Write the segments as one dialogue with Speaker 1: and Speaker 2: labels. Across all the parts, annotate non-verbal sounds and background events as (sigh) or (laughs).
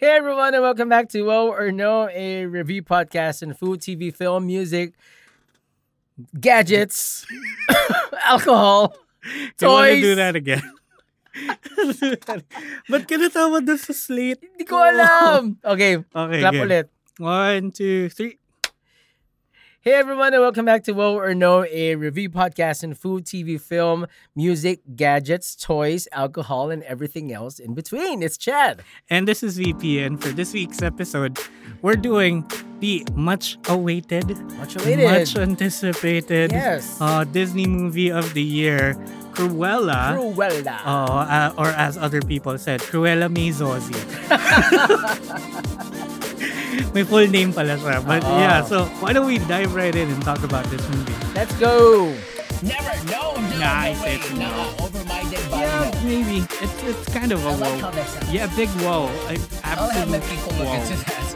Speaker 1: Hey everyone, and welcome back to Oh or No, a review podcast on food, TV, film, music, gadgets, (coughs) alcohol,
Speaker 2: Do you wanna
Speaker 1: toys.
Speaker 2: do
Speaker 1: (laughs)
Speaker 2: that again? Ba't ka natawad doon sa slate?
Speaker 1: Hindi ko
Speaker 2: (laughs)
Speaker 1: alam. Okay,
Speaker 2: Okay,
Speaker 1: clap
Speaker 2: game.
Speaker 1: ulit.
Speaker 2: One, two, three.
Speaker 1: Hey everyone, and welcome back to Well or No, a review podcast on food, TV, film, music, gadgets, toys, alcohol, and everything else in between. It's Chad.
Speaker 2: And this is VPN. For this week's episode, we're doing the much-awaited,
Speaker 1: Much related.
Speaker 2: uh, much-anticipated
Speaker 1: Yes.
Speaker 2: uh, Disney movie of the year, Cruella.
Speaker 1: Cruella.
Speaker 2: Oh, uh, or as other people said, Cruella May Zozzi. (laughs) May full name pala siya. But
Speaker 1: Oo.
Speaker 2: yeah, so why don't we dive right in and talk about this movie?
Speaker 1: Let's go.
Speaker 3: Never, no, no,
Speaker 2: Nah, I
Speaker 3: no
Speaker 2: said
Speaker 3: way,
Speaker 2: no.
Speaker 3: nah, over my dead body.
Speaker 2: Yeah,
Speaker 3: no.
Speaker 2: maybe. It's it's kind of
Speaker 3: I
Speaker 2: a whoa.
Speaker 3: like how that sounds.
Speaker 2: yeah, big whoa. I
Speaker 3: I'll have
Speaker 2: absolutely
Speaker 3: the people look into that.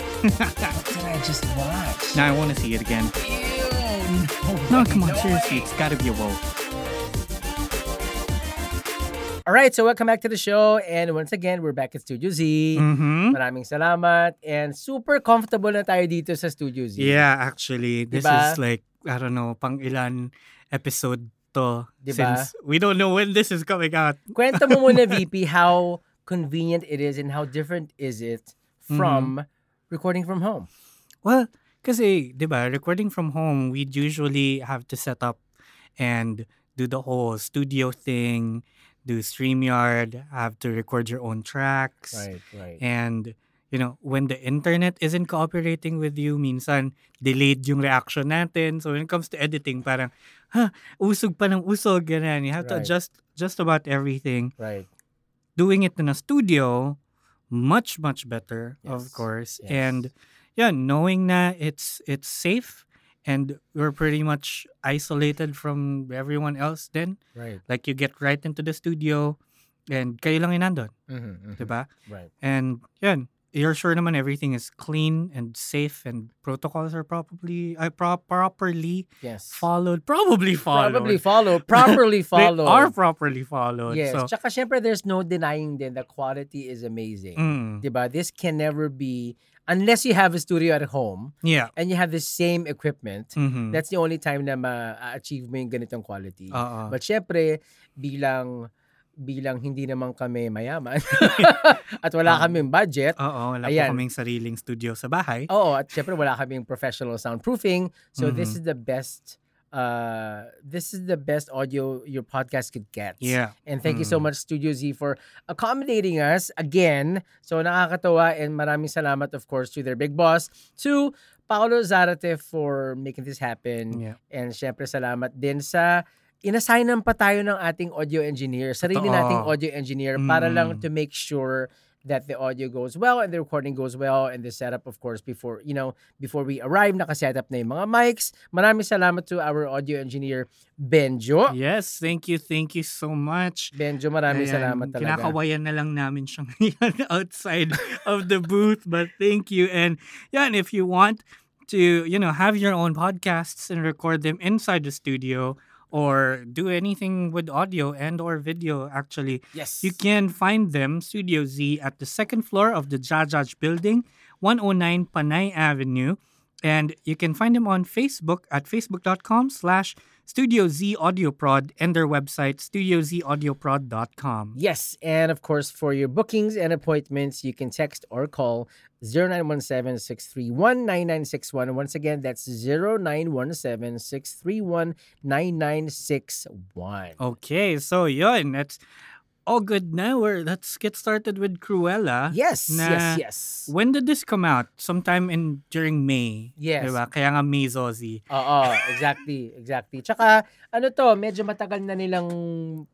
Speaker 1: (laughs)
Speaker 3: what did I just watch?
Speaker 2: Now I want to see it again.
Speaker 3: Ew,
Speaker 2: No, come on,
Speaker 3: no
Speaker 2: seriously,
Speaker 3: way.
Speaker 2: it's gotta be a whoa.
Speaker 1: All right, so welcome back to the show, and once again, we're back at Studio Z.
Speaker 2: Mm-hmm.
Speaker 1: Maraming salamat. And super comfortable na tayo dito sa Studio Z.
Speaker 2: Yeah, actually, this
Speaker 1: Diba?
Speaker 2: is like I don't know, pang ilan episode to
Speaker 1: Diba?
Speaker 2: since we don't know when this is coming out.
Speaker 1: Kwento mo
Speaker 2: (laughs)
Speaker 1: muna, VP, how convenient it is and how different is it
Speaker 2: Mm-hmm.
Speaker 1: from recording from home.
Speaker 2: Well, kasi, di ba, recording from home, we'd usually have to set up and do the whole studio thing, do StreamYard, have to record your own tracks.
Speaker 1: right.
Speaker 2: And, you know, when the internet isn't cooperating with you, minsan, delayed yung reaction natin. So when it comes to editing, parang, ha, usog pa ng usog, ganyan. You have to
Speaker 1: Right.
Speaker 2: adjust just about everything.
Speaker 1: right.
Speaker 2: Doing it in a studio, much, much better,
Speaker 1: Yes.
Speaker 2: of course.
Speaker 1: Yes.
Speaker 2: And, yeah, knowing that it's it's safe and we're pretty much isolated from everyone else then,
Speaker 1: Right.
Speaker 2: like you get right into the studio and kayo lang yung nandun,
Speaker 1: Mm-hmm,
Speaker 2: diba?
Speaker 1: Right.
Speaker 2: And yan, you're sure naman everything is clean and safe and protocols are properly uh, pro- properly
Speaker 1: Yes.
Speaker 2: followed. Probably followed.
Speaker 1: Probably follow. Properly follow.
Speaker 2: They are properly followed.
Speaker 1: yes.
Speaker 2: So,
Speaker 1: Tsaka syempre, there's no denying then the quality is amazing.
Speaker 2: mm,
Speaker 1: Diba? This can never be, unless you have a studio at home
Speaker 2: yeah.
Speaker 1: and you have the same equipment,
Speaker 2: Mm-hmm.
Speaker 1: that's the only time na ma-achieve mo yung ganitong quality.
Speaker 2: Oo.
Speaker 1: But syempre, bilang bilang hindi naman kami
Speaker 2: (laughs)
Speaker 1: mayaman at wala
Speaker 2: Um,
Speaker 1: kaming budget.
Speaker 2: Oo, wala
Speaker 1: Ayan. Oh,
Speaker 2: po kaming sariling studio sa bahay.
Speaker 1: Oo, at syempre wala kaming professional soundproofing. So this
Speaker 2: Mhm.
Speaker 1: is the best uh this is the best audio your podcast could get.
Speaker 2: Yeah.
Speaker 1: And thank you so
Speaker 2: Mm.
Speaker 1: much Studio Z for accommodating us again. So nakakatawa and maraming salamat of course to their big boss, to Paolo Zarate for making this happen.
Speaker 2: Yeah.
Speaker 1: And syempre salamat din sa inassignan pa tayo ng ating audio engineer, sarili
Speaker 2: Totoo.
Speaker 1: nating audio engineer para
Speaker 2: Mm.
Speaker 1: lang to make sure that the audio goes well and the recording goes well and the setup of course before you know before we arrive nakasetup na yung mga mics maraming salamat to our audio engineer Benjo
Speaker 2: Yes, thank you, thank you so much.
Speaker 1: Benjo maraming
Speaker 2: Ayan,
Speaker 1: salamat talaga
Speaker 2: Kinakawayan na lang namin siya (laughs) ngayon outside of the booth. But thank you. And yeah, and if you want to, you know, have your own podcasts and record them inside the studio or do anything with audio and or video actually
Speaker 1: yes
Speaker 2: you can find them studio z at the second floor of the jajaj building 109 panay avenue and you can find them on facebook at facebook.com slash studio z audioprod and their website studio z audioprod.com
Speaker 1: Yes, and of course, for your bookings and appointments, you can text or call 0917 631 9961. Once again, that's 0917 631 9961.
Speaker 2: Oh, Okay, so yun, that's all good now. We're, let's get started with Cruella.
Speaker 1: Yes,
Speaker 2: na-
Speaker 1: yes, yes.
Speaker 2: When did this come out? Sometime in during May.
Speaker 1: Yes.
Speaker 2: Diba? Kaya nga May Zozzy.
Speaker 1: Oo, exactly, exactly. Tsaka, ano to, medyo matagal na nilang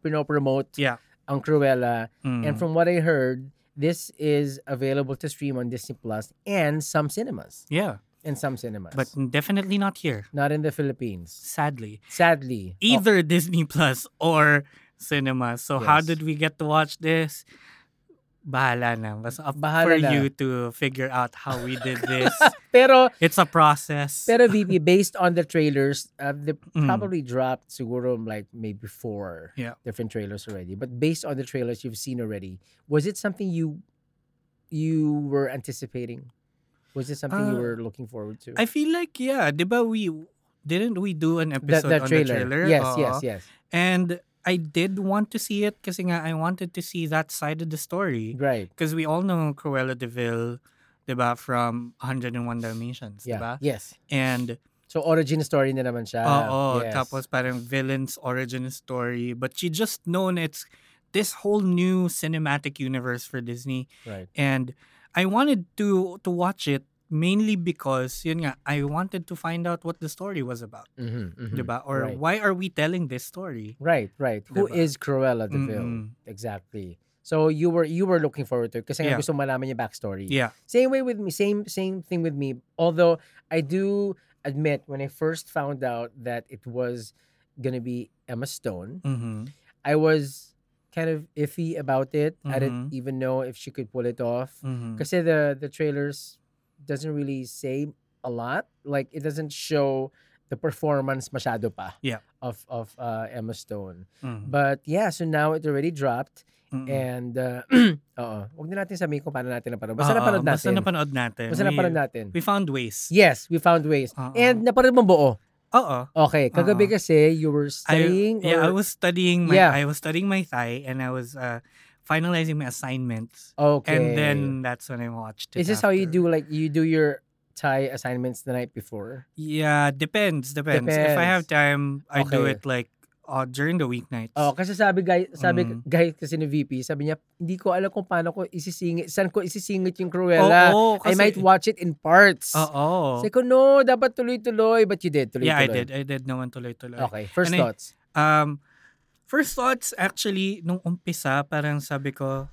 Speaker 1: pinopromote
Speaker 2: Yeah.
Speaker 1: ang Cruella.
Speaker 2: Mm.
Speaker 1: And from what I heard, this is available to stream on Disney Plus and some cinemas.
Speaker 2: yeah,
Speaker 1: In some cinemas.
Speaker 2: but definitely not here,
Speaker 1: not in the Philippines.
Speaker 2: sadly.
Speaker 1: Sadly. Oh,
Speaker 2: Either Disney Plus or cinema. So how
Speaker 1: Yes.
Speaker 2: did we get to watch this? Bahala na. Basta up
Speaker 1: Ah, Bahala
Speaker 2: for
Speaker 1: na.
Speaker 2: you to figure out how we did
Speaker 1: (laughs)
Speaker 2: this.
Speaker 1: pero
Speaker 2: it's a process. (laughs)
Speaker 1: pero VP based on the trailers, uh, they
Speaker 2: Mm.
Speaker 1: probably dropped siguro like maybe four
Speaker 2: Yeah.
Speaker 1: different trailers already. But based on the trailers you've seen already, was it something you you were anticipating? Was this something you
Speaker 2: Uh,
Speaker 1: were looking forward to?
Speaker 2: I feel like yeah, diba we didn't we do an
Speaker 1: that,
Speaker 2: episode
Speaker 1: that
Speaker 2: on
Speaker 1: trailer.
Speaker 2: the trailer? Uh-huh.
Speaker 1: Yes,
Speaker 2: Oo.
Speaker 1: yes, yes.
Speaker 2: And I did want to see it kasi nga I wanted to see that side of the story
Speaker 1: Right.
Speaker 2: because we all know Cruella Deville, diba from 101 Dalmatians,
Speaker 1: Yeah.
Speaker 2: diba?
Speaker 1: Yes.
Speaker 2: And
Speaker 1: So origin story na naman siya.
Speaker 2: Oo,
Speaker 1: yes.
Speaker 2: tapos parang villain's origin story. But she just known it's this whole new cinematic universe for Disney.
Speaker 1: right.
Speaker 2: And I wanted to to watch it mainly because yun nga, I wanted to find out what the story was about.
Speaker 1: Mhm, mhm.
Speaker 2: Diba? Or
Speaker 1: Right.
Speaker 2: why are we telling this story?
Speaker 1: Right, right. Who
Speaker 2: Diba?
Speaker 1: is Cruella Deville?
Speaker 2: Mm-mm.
Speaker 1: Exactly. So you were you were looking forward to it kasi nga
Speaker 2: Yeah.
Speaker 1: gusto mo malaman yung backstory.
Speaker 2: Yeah.
Speaker 1: Same way with me, same same thing with me. Although I do admit when I first found out that it was gonna be Emma Stone,
Speaker 2: Mm-hmm.
Speaker 1: I was kind of iffy about it. I didn't
Speaker 2: Mhm.
Speaker 1: even know if she could pull it off.
Speaker 2: mm-hmm.
Speaker 1: Because the the trailers doesn't really say a lot. Like it doesn't show the performance masyado pa
Speaker 2: Yeah. Mm.
Speaker 1: of of uh, Emma Stone.
Speaker 2: mm-hmm,
Speaker 1: But yeah, so now it already dropped and uh (clears throat) oo, wag na natin sabihin kung paano natin napanood. Basta napanood
Speaker 2: Basta
Speaker 1: natin.
Speaker 2: napanood natin.
Speaker 1: Basta
Speaker 2: We-
Speaker 1: napanood natin.
Speaker 2: We found ways.
Speaker 1: Yes, we found ways.
Speaker 2: Oo.
Speaker 1: And napanood mo buo.
Speaker 2: Oo.
Speaker 1: Okay, kagabi
Speaker 2: Oo.
Speaker 1: kasi you were
Speaker 2: I,
Speaker 1: studying
Speaker 2: yeah, I
Speaker 1: or-
Speaker 2: was studying my
Speaker 1: Yeah.
Speaker 2: I was studying my Thai and I was uh, finalizing my assignments.
Speaker 1: Okay.
Speaker 2: And then that's when I watched it.
Speaker 1: Is this how you
Speaker 2: after.
Speaker 1: do like you do your Thai assignments the night before?
Speaker 2: Yeah, depends, depends. If I
Speaker 1: Depends.
Speaker 2: have time, I do
Speaker 1: Okay.
Speaker 2: it like uh, during the weeknights.
Speaker 1: Oh, kasi sabi guy, sabi
Speaker 2: Mm.
Speaker 1: guy kasi ni VP, sabi niya, hindi ko alam kung paano ko isisingit, saan ko isisingit yung
Speaker 2: Oo,
Speaker 1: Cruella. uh, I
Speaker 2: Oh, kasi-
Speaker 1: might watch it in parts.
Speaker 2: Oo.
Speaker 1: Sabi ko, no, dapat tuloy-tuloy. But you did, tuloy-tuloy.
Speaker 2: Yeah, I did. I did naman tuloy-tuloy.
Speaker 1: Okay, first
Speaker 2: And I-
Speaker 1: thoughts.
Speaker 2: Um, first thoughts, actually, nung umpisa, parang sabi ko,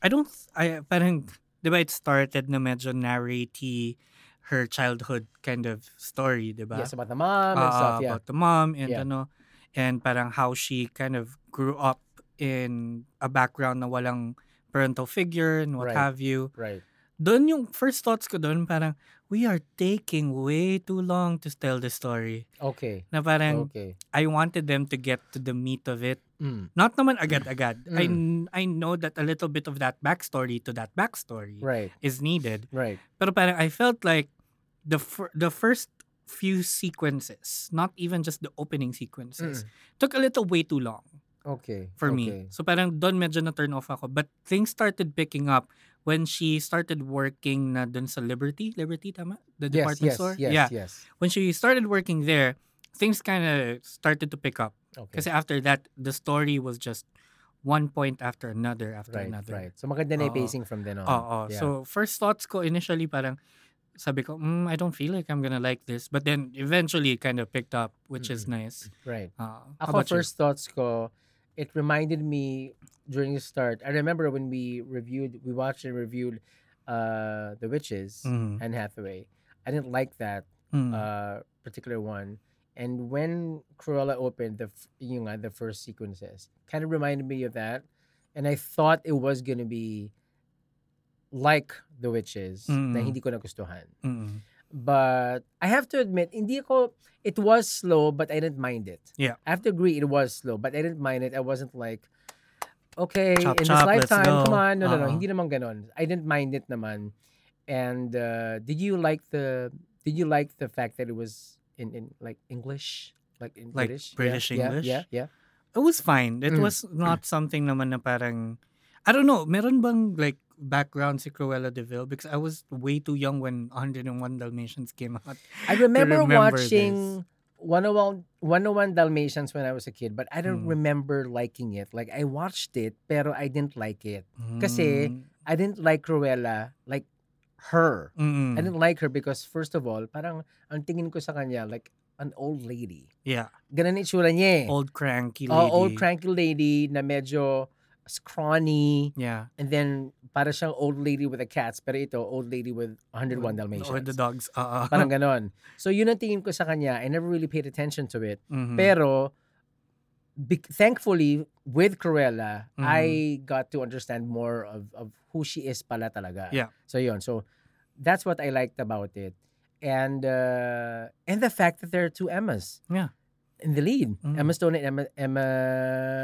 Speaker 2: I don't, I, parang, di ba it started na medyo narrate her childhood kind of story, di ba?
Speaker 1: yes, about the mom and
Speaker 2: Uh,
Speaker 1: stuff, yeah.
Speaker 2: about the mom and
Speaker 1: Yeah.
Speaker 2: ano and parang how she kind of grew up in a background na walang parental figure and what
Speaker 1: Right.
Speaker 2: have you.
Speaker 1: Right.
Speaker 2: Doon yung first thoughts ko doon parang we are taking way too long to tell the story.
Speaker 1: Okay.
Speaker 2: Na parang
Speaker 1: Okay.
Speaker 2: I wanted them to get to the meat of it.
Speaker 1: Mm,
Speaker 2: Not naman agad-agad. I kn- I know that a little bit of that backstory to that backstory
Speaker 1: right.
Speaker 2: is needed.
Speaker 1: Right.
Speaker 2: Pero parang I felt like the fir- the first few sequences, not even just the opening sequences, took a little way too long
Speaker 1: Okay.
Speaker 2: for
Speaker 1: Mm. okay.
Speaker 2: me. So parang doon medyo na turn off ako. But things started picking up when she started working na dun sa Liberty, Liberty tama? The
Speaker 1: Yes,
Speaker 2: department
Speaker 1: yes,
Speaker 2: store?
Speaker 1: yes,
Speaker 2: yeah.
Speaker 1: yes.
Speaker 2: When she started working there, things kind of started to pick up.
Speaker 1: Okay.
Speaker 2: Kasi after that, the story was just one point after another after
Speaker 1: right,
Speaker 2: another.
Speaker 1: right. So maganda na yung
Speaker 2: Oo.
Speaker 1: pacing from then on.
Speaker 2: Oo.
Speaker 1: Yeah.
Speaker 2: Ah. So, first thoughts ko initially parang sabi ko, mm, I don't feel like I'm gonna like this. But then eventually it kind of picked up, which is nice.
Speaker 1: right.
Speaker 2: Uh, how
Speaker 1: Ako
Speaker 2: about you?
Speaker 1: first thoughts ko, it reminded me during the start. I remember when we reviewed, we watched and reviewed uh The Witches
Speaker 2: Mhm.
Speaker 1: and Hathaway. I didn't like that
Speaker 2: Mm.
Speaker 1: uh particular one. And when Cruella opened the f- you know, the first sequences, kind of reminded me of that. And I thought it was gonna be like The Witches na
Speaker 2: Mhm.
Speaker 1: hindi ko nagustuhan.
Speaker 2: Mm.
Speaker 1: But I have to admit, hindi ko, it was slow, but I didn't mind it.
Speaker 2: Yeah.
Speaker 1: I have to agree, it was slow, but I didn't mind it. I wasn't like, okay,
Speaker 2: Chop,
Speaker 1: in this
Speaker 2: chop, let's
Speaker 1: lifetime, come
Speaker 2: go.
Speaker 1: on. No, no, no,
Speaker 2: Uh-uh.
Speaker 1: hindi naman ganon. I didn't mind it naman. And uh, did you like the, did you like the fact that it was in, in like English? Like in
Speaker 2: Like
Speaker 1: British? Yeah,
Speaker 2: British
Speaker 1: yeah,
Speaker 2: English?
Speaker 1: Yeah, yeah.
Speaker 2: It was fine. It
Speaker 1: Mm.
Speaker 2: was not something naman na parang, I don't know, meron bang like background si Cruella DeVille? Because I was way too young when 101 Dalmatians came out.
Speaker 1: I remember,
Speaker 2: remember
Speaker 1: watching 101, 101 Dalmatians when I was a kid, but I don't
Speaker 2: Mm.
Speaker 1: remember liking it. Like I watched it, pero I didn't like it. Kasi,
Speaker 2: Mm.
Speaker 1: I didn't like Cruella, like her.
Speaker 2: Mm.
Speaker 1: I didn't like her because first of all, parang ang tingin ko sa kanya like an old lady.
Speaker 2: yeah,
Speaker 1: Ganun itsura niya eh.
Speaker 2: old cranky lady.
Speaker 1: Oh, old cranky lady na medyo scrawny
Speaker 2: Yeah.
Speaker 1: and then para siyang old lady with the cats pero ito old lady with 101 Dalmatians.
Speaker 2: Or the dogs. Uh, (laughs)
Speaker 1: Parang ganon. So yun ang tingin ko sa kanya. I never really paid attention to it.
Speaker 2: Mhm.
Speaker 1: Pero bec- thankfully with Cruella,
Speaker 2: Mhm.
Speaker 1: I got to understand more of of who she is pala talaga.
Speaker 2: Yeah.
Speaker 1: So yun. So that's what I liked about it. And uh, and the fact that there are two Emmas
Speaker 2: Yeah.
Speaker 1: in the lead.
Speaker 2: Mm.
Speaker 1: Emma Stone and Emma Emma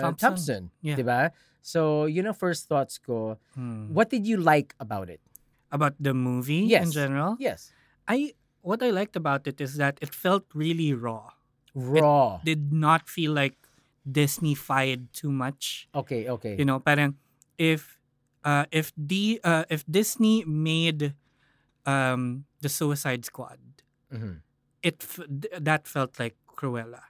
Speaker 2: Thompson.
Speaker 1: Thompson,
Speaker 2: Yeah.
Speaker 1: diba? So, yun ang first thoughts ko.
Speaker 2: Hmm.
Speaker 1: What did you like about it?
Speaker 2: About the movie in
Speaker 1: Yes.
Speaker 2: general?
Speaker 1: Yes.
Speaker 2: I what I liked about it is that it felt really raw.
Speaker 1: Raw.
Speaker 2: Did not feel like Disney-fied too much.
Speaker 1: okay, okay.
Speaker 2: You know, parang if uh, if D uh, if Disney made um, the Suicide Squad,
Speaker 1: Mhm.
Speaker 2: it f- th- that felt like Cruella.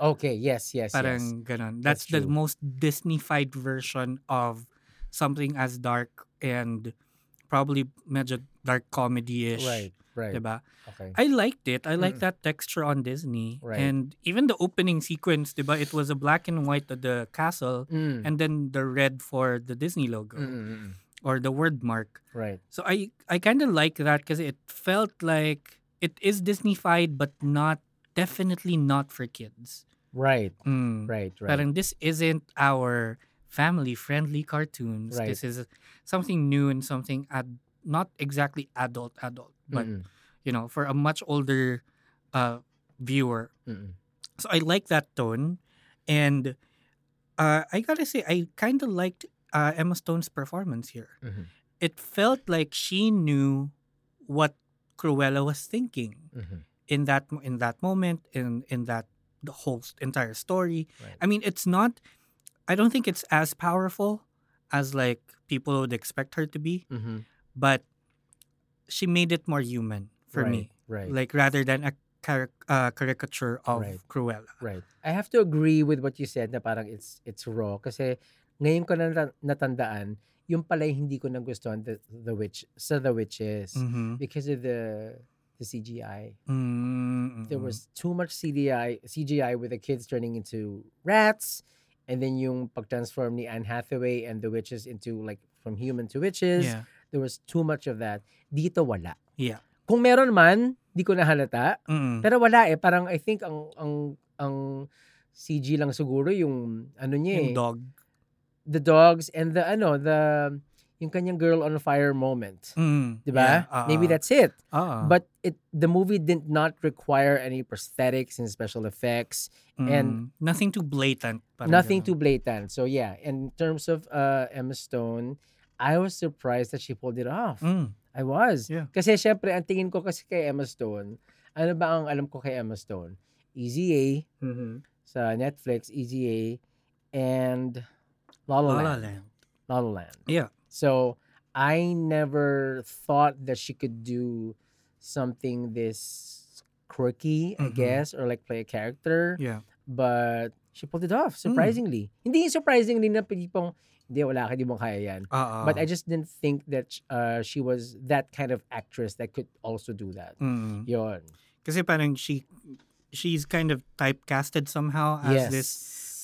Speaker 1: Okay, yes, yes, yes.
Speaker 2: Parang ganun. That's,
Speaker 1: That's
Speaker 2: the
Speaker 1: true.
Speaker 2: most Disney-fied version of something as dark and probably medyo dark comedy-ish.
Speaker 1: Right, right.
Speaker 2: Diba?
Speaker 1: Okay.
Speaker 2: I liked it. I like that texture on Disney.
Speaker 1: Right.
Speaker 2: And even the opening sequence, diba, it was a black and white of the castle
Speaker 1: Mm.
Speaker 2: and then the red for the Disney logo
Speaker 1: Mm, mm, mm, mm.
Speaker 2: or the word mark.
Speaker 1: Right.
Speaker 2: So I, I kind of like that because it felt like it is Disneyfied but not definitely not for kids.
Speaker 1: Right.
Speaker 2: Mm.
Speaker 1: Right. Right.
Speaker 2: Parang this isn't our family-friendly cartoons.
Speaker 1: Right.
Speaker 2: This is something new and something ad- not exactly adult adult, but
Speaker 1: Mm,
Speaker 2: you know, for a much older uh, viewer.
Speaker 1: mm, mm.
Speaker 2: So I like that tone, and uh, I gotta say, I kind of liked uh, Emma Stone's performance here.
Speaker 1: Mhm.
Speaker 2: It felt like she knew what Cruella was thinking
Speaker 1: Mhm.
Speaker 2: in that in that moment, in in that the whole s- entire story.
Speaker 1: Right.
Speaker 2: I mean, it's not. I don't think it's as powerful as like people would expect her to be,
Speaker 1: Mhm.
Speaker 2: but she made it more human for
Speaker 1: right,
Speaker 2: me
Speaker 1: Right.
Speaker 2: like rather than a caric- uh, caricature of
Speaker 1: Right.
Speaker 2: Cruella.
Speaker 1: Right. I have to agree with what you said na parang it's it's raw kasi ngayon ko na nata- natandaan yung pala yung hindi ko nagustuhan the, the witch sa the witches
Speaker 2: Mm-hmm.
Speaker 1: because of the the CGI.
Speaker 2: mm
Speaker 1: There was too much CGI CGI with the kids turning into rats and then yung pag-transform ni Anne Hathaway and the witches into like from human to witches.
Speaker 2: Mm-hmm. yeah.
Speaker 1: There was too much of that. Dito wala.
Speaker 2: Yeah. Mm-hmm.
Speaker 1: Kung meron man, di ko nahalata.
Speaker 2: Mm-mm.
Speaker 1: Pero wala eh, parang I think ang ang ang CG lang siguro yung ano niya eh,
Speaker 2: Yung dog.
Speaker 1: the dogs and the ano, the yung kanyang girl on fire moment.
Speaker 2: Mm.
Speaker 1: 'Di ba?
Speaker 2: Yeah, uh-uh.
Speaker 1: Maybe that's it.
Speaker 2: Uh-uh.
Speaker 1: But it the movie did not require any prosthetics and special effects. and-
Speaker 2: Mm. nothing too blatant. parang
Speaker 1: nothing
Speaker 2: ganun.
Speaker 1: too blatant. So yeah, in terms of uh, Emma Stone, I was surprised that she pulled it off.
Speaker 2: Mm.
Speaker 1: I was.
Speaker 2: Yeah.
Speaker 1: Kasi syempre, ang tingin ko kasi kay Emma Stone, ano ba ang alam ko kay Emma Stone? Easy A, Mm-hmm. sa Netflix, EZA, and La La
Speaker 2: La La
Speaker 1: Land.
Speaker 2: Land.
Speaker 1: La La Land.
Speaker 2: Yeah.
Speaker 1: So I never thought that she could do something this quirky, I
Speaker 2: Mhm.
Speaker 1: guess, or like play a character.
Speaker 2: Yeah.
Speaker 1: But she pulled it off, surprisingly. Hindi yung surprisingly na pipong, hindi, wala ka, di mo kaya yan.
Speaker 2: Uh-uh.
Speaker 1: But I just didn't think that uh, she was that kind of actress that could also do that.
Speaker 2: Mm.
Speaker 1: Yun.
Speaker 2: Kasi parang she she's kind of typecasted somehow as
Speaker 1: yes.
Speaker 2: this